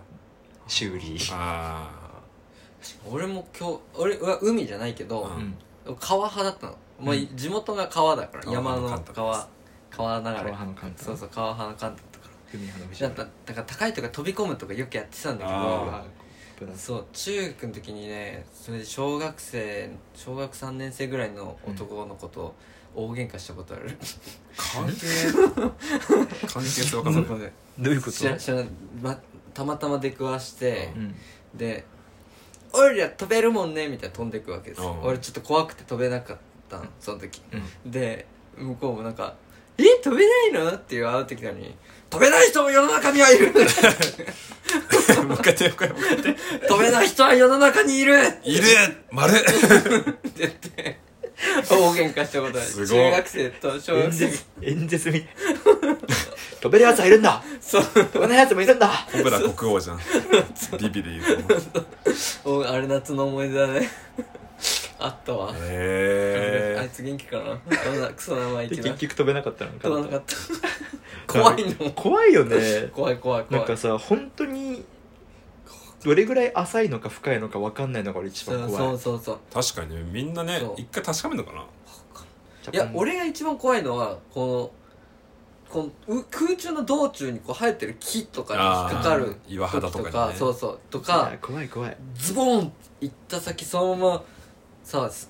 [SPEAKER 1] 修理
[SPEAKER 2] あ
[SPEAKER 3] 俺も今日俺は海じゃないけど
[SPEAKER 1] う
[SPEAKER 2] うんん
[SPEAKER 3] 川派だったのまあ
[SPEAKER 1] うん
[SPEAKER 3] 地元が川だから
[SPEAKER 2] 川
[SPEAKER 3] 山
[SPEAKER 2] 派の関
[SPEAKER 3] の
[SPEAKER 2] 東
[SPEAKER 3] 川川流
[SPEAKER 1] 川
[SPEAKER 3] れ
[SPEAKER 1] 派の関東
[SPEAKER 3] そうそう川派の関東とか
[SPEAKER 1] 海派の藤
[SPEAKER 3] だっただから高いとか飛び込むとかよくやってたんだけ
[SPEAKER 2] あ
[SPEAKER 3] ど
[SPEAKER 2] ー
[SPEAKER 1] はプラス
[SPEAKER 3] そう中学の時にねそれで小学生小学3年生ぐらいの男の子と大喧嘩したことある、
[SPEAKER 2] ー関係関係性わかんない
[SPEAKER 3] で
[SPEAKER 1] どういうこ
[SPEAKER 3] 知ら知らま、たまたま出くわして
[SPEAKER 1] う、ん
[SPEAKER 3] で「俺ら飛べるもんね」みたいな飛んでくわけですよ
[SPEAKER 2] うん
[SPEAKER 3] 俺ちょっと怖くて飛べなかったのその時
[SPEAKER 1] うん
[SPEAKER 3] で向こうもなんか「え飛べないの?」って言われてきたのに「飛べない人も世の中にはいる (laughs)
[SPEAKER 2] もう一回手を変えもう一回手
[SPEAKER 3] 飛べない人は世の中にいる!」
[SPEAKER 2] いる丸
[SPEAKER 3] って言って大喧嘩したことある
[SPEAKER 2] すごい
[SPEAKER 3] 中学生と小学
[SPEAKER 1] 演
[SPEAKER 3] 生
[SPEAKER 1] 説演説みたい飛べるやつはいるんだ
[SPEAKER 3] そう
[SPEAKER 1] 飛べないやつもいるんだ
[SPEAKER 2] コブラ国王じゃんビビで言うと
[SPEAKER 3] おあれ夏の思い出だねあったわ、あい
[SPEAKER 2] え
[SPEAKER 3] つ元気かなあんなクソ生意
[SPEAKER 1] で
[SPEAKER 3] 気な
[SPEAKER 1] 結局飛べなかったの
[SPEAKER 3] 飛ばなかった怖いの
[SPEAKER 1] 怖いよね
[SPEAKER 3] 怖い怖い
[SPEAKER 1] な
[SPEAKER 3] 怖
[SPEAKER 1] ん
[SPEAKER 3] い
[SPEAKER 1] かさ本当にどれぐらい浅いのか深いのか分かんないのが俺一
[SPEAKER 3] そ
[SPEAKER 1] 番
[SPEAKER 3] う
[SPEAKER 1] 怖
[SPEAKER 3] そ
[SPEAKER 1] いう
[SPEAKER 3] そうそう
[SPEAKER 2] ー確かにねみんなね
[SPEAKER 3] そう
[SPEAKER 2] 一回確かめるのかない
[SPEAKER 3] いや俺が一番怖いのはこのこのう空中の道中にこう生えてる木とかに引っかかる
[SPEAKER 2] あー岩肌とかにね
[SPEAKER 3] 時そうそうと
[SPEAKER 1] いや
[SPEAKER 3] か
[SPEAKER 1] 怖い怖い
[SPEAKER 3] ズボン行った先そのままさす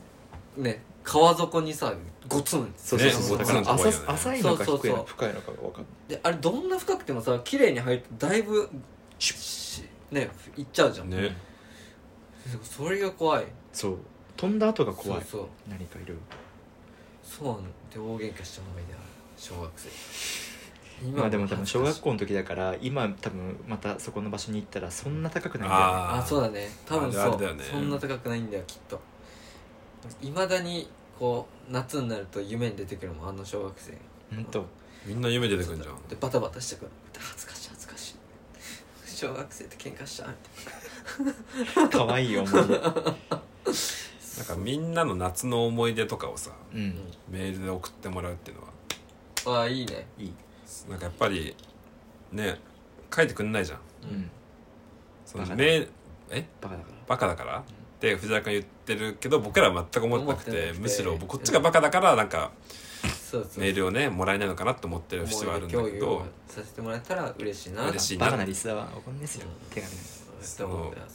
[SPEAKER 3] ね川底にさゴツン
[SPEAKER 1] そうそうそう、
[SPEAKER 2] ね
[SPEAKER 1] だから
[SPEAKER 2] そうそ
[SPEAKER 1] 浅
[SPEAKER 2] うそう
[SPEAKER 1] 浅いのか
[SPEAKER 3] そうそう
[SPEAKER 1] 低い
[SPEAKER 3] そう
[SPEAKER 1] のか深いのかが分かんない
[SPEAKER 3] であれどんな深くてもさ綺麗に入るとだいぶシュッシュね行っちゃうじゃん、
[SPEAKER 2] ね
[SPEAKER 3] それが怖い
[SPEAKER 1] そう飛んだ後が怖い
[SPEAKER 3] そう
[SPEAKER 1] 何かいる
[SPEAKER 3] そうそうなんで大喧嘩した思い出ある小学生
[SPEAKER 1] まあでも多分小学
[SPEAKER 3] 校
[SPEAKER 1] 校の時だから今多分またそこの場所に行ったらそんな高くないんだよね
[SPEAKER 2] あ
[SPEAKER 3] あ
[SPEAKER 2] あ
[SPEAKER 3] そうだね多分
[SPEAKER 2] あれ
[SPEAKER 3] そ
[SPEAKER 2] あれ
[SPEAKER 3] う、
[SPEAKER 2] だよね
[SPEAKER 3] そんな高くないんだよきっといまだにこう夏になると夢に出てくるもんあの小学生
[SPEAKER 1] ほんと
[SPEAKER 2] みんな夢出てくんじゃん
[SPEAKER 3] でバタバタしてくる恥ずかしい恥ずかしい (laughs) 小学生と喧嘩しちゃうみたい
[SPEAKER 1] かわいい思い出 (laughs)
[SPEAKER 2] なんかみんなの夏の思い出とかをさ
[SPEAKER 1] うん
[SPEAKER 2] メールで送ってもらうっていうのは
[SPEAKER 3] なああいいね
[SPEAKER 1] いい
[SPEAKER 2] なんかやっぱりね書いてくんないじゃん
[SPEAKER 1] うん
[SPEAKER 2] その
[SPEAKER 1] バカだ
[SPEAKER 2] メールえ
[SPEAKER 1] バカだか
[SPEAKER 2] バカだからって藤原君言ってるけど僕らは全く思ってなくて
[SPEAKER 3] 思ってなくて
[SPEAKER 2] むしろこっちがバカだからなんか
[SPEAKER 3] そうそう
[SPEAKER 2] メールをねもらえないのかなと思ってる節はあるんだ
[SPEAKER 3] 思
[SPEAKER 2] け
[SPEAKER 3] い出共有
[SPEAKER 2] ど
[SPEAKER 3] をさせてもらえたら嬉しいな
[SPEAKER 2] 嬉しい
[SPEAKER 1] らバ
[SPEAKER 2] な
[SPEAKER 1] カなリスナーは怒んですよ手紙
[SPEAKER 3] そう思ったそんなことは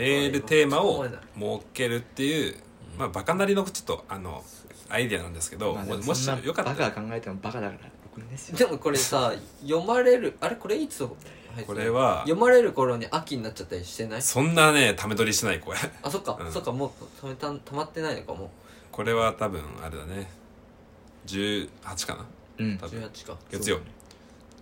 [SPEAKER 2] メールテーマを
[SPEAKER 3] 思え
[SPEAKER 2] 設
[SPEAKER 3] ない
[SPEAKER 2] けるっていう、まあ、バカなりのちょっとあのアイデアなんですけど、
[SPEAKER 1] まあで
[SPEAKER 2] も
[SPEAKER 1] も
[SPEAKER 2] もし
[SPEAKER 1] そんな
[SPEAKER 2] よかっ
[SPEAKER 1] バ
[SPEAKER 2] た
[SPEAKER 1] カ
[SPEAKER 2] ら
[SPEAKER 1] 考えてもバカだから怒んですよ
[SPEAKER 3] でもこれさ (laughs) 読まれるあれこれいつ配信
[SPEAKER 2] これは
[SPEAKER 3] 読まれる頃に秋になっちゃったりしてない
[SPEAKER 2] そんなねため取りしないこれ
[SPEAKER 3] あそっか、
[SPEAKER 2] うん
[SPEAKER 3] そっかもうためたたまってないのかも
[SPEAKER 2] これは多分あれだね18かな
[SPEAKER 1] うん
[SPEAKER 2] 多
[SPEAKER 3] う
[SPEAKER 2] 分
[SPEAKER 3] 18か
[SPEAKER 2] 月曜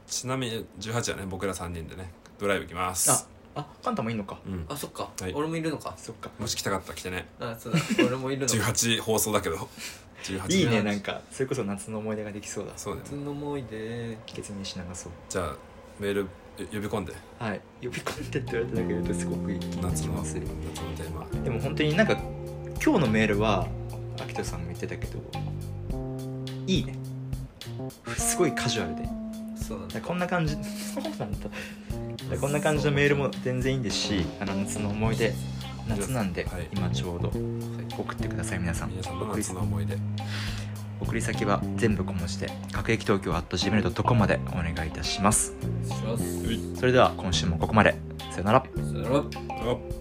[SPEAKER 2] ちなみに18はね僕ら3人でねドライブ行きます
[SPEAKER 1] ああカンタもいいのか
[SPEAKER 2] うん、
[SPEAKER 3] あそっか、
[SPEAKER 2] はい
[SPEAKER 3] 俺もいるのか
[SPEAKER 1] そっか
[SPEAKER 2] もし来たかったら来てね
[SPEAKER 3] あそうだ俺もいるのか
[SPEAKER 2] 18放送だけど (laughs) 18
[SPEAKER 1] いいね
[SPEAKER 3] 18
[SPEAKER 1] なんかそれこそ夏の思い出ができそうだ
[SPEAKER 2] そうだ
[SPEAKER 3] 夏
[SPEAKER 2] よね
[SPEAKER 3] の思い出
[SPEAKER 1] 別にしながそう
[SPEAKER 2] じゃあメールよ呼び込んで
[SPEAKER 1] はい呼び込んでって言われただけだとすごくいい気が
[SPEAKER 2] 夏
[SPEAKER 1] し
[SPEAKER 2] の
[SPEAKER 1] ます
[SPEAKER 2] 夏
[SPEAKER 1] る
[SPEAKER 2] のテーマ
[SPEAKER 1] でも本当になんか今日のメールは秋田さんも言ってたけどいいねすごいカジュアルで
[SPEAKER 3] そうだね
[SPEAKER 1] だからこんな感じそうなんだだからこんな感じのメールも全然いいですしあの夏の思い出夏なんで、
[SPEAKER 2] はい
[SPEAKER 1] 今ちょうど送ってください皆さん
[SPEAKER 2] 皆さんの夏の思い出
[SPEAKER 1] 送り先は全部小文字で各駅東京 at gmail.com までお願いいたします
[SPEAKER 3] します
[SPEAKER 1] それでは今週もここまでさよなら
[SPEAKER 3] さよなら
[SPEAKER 2] あ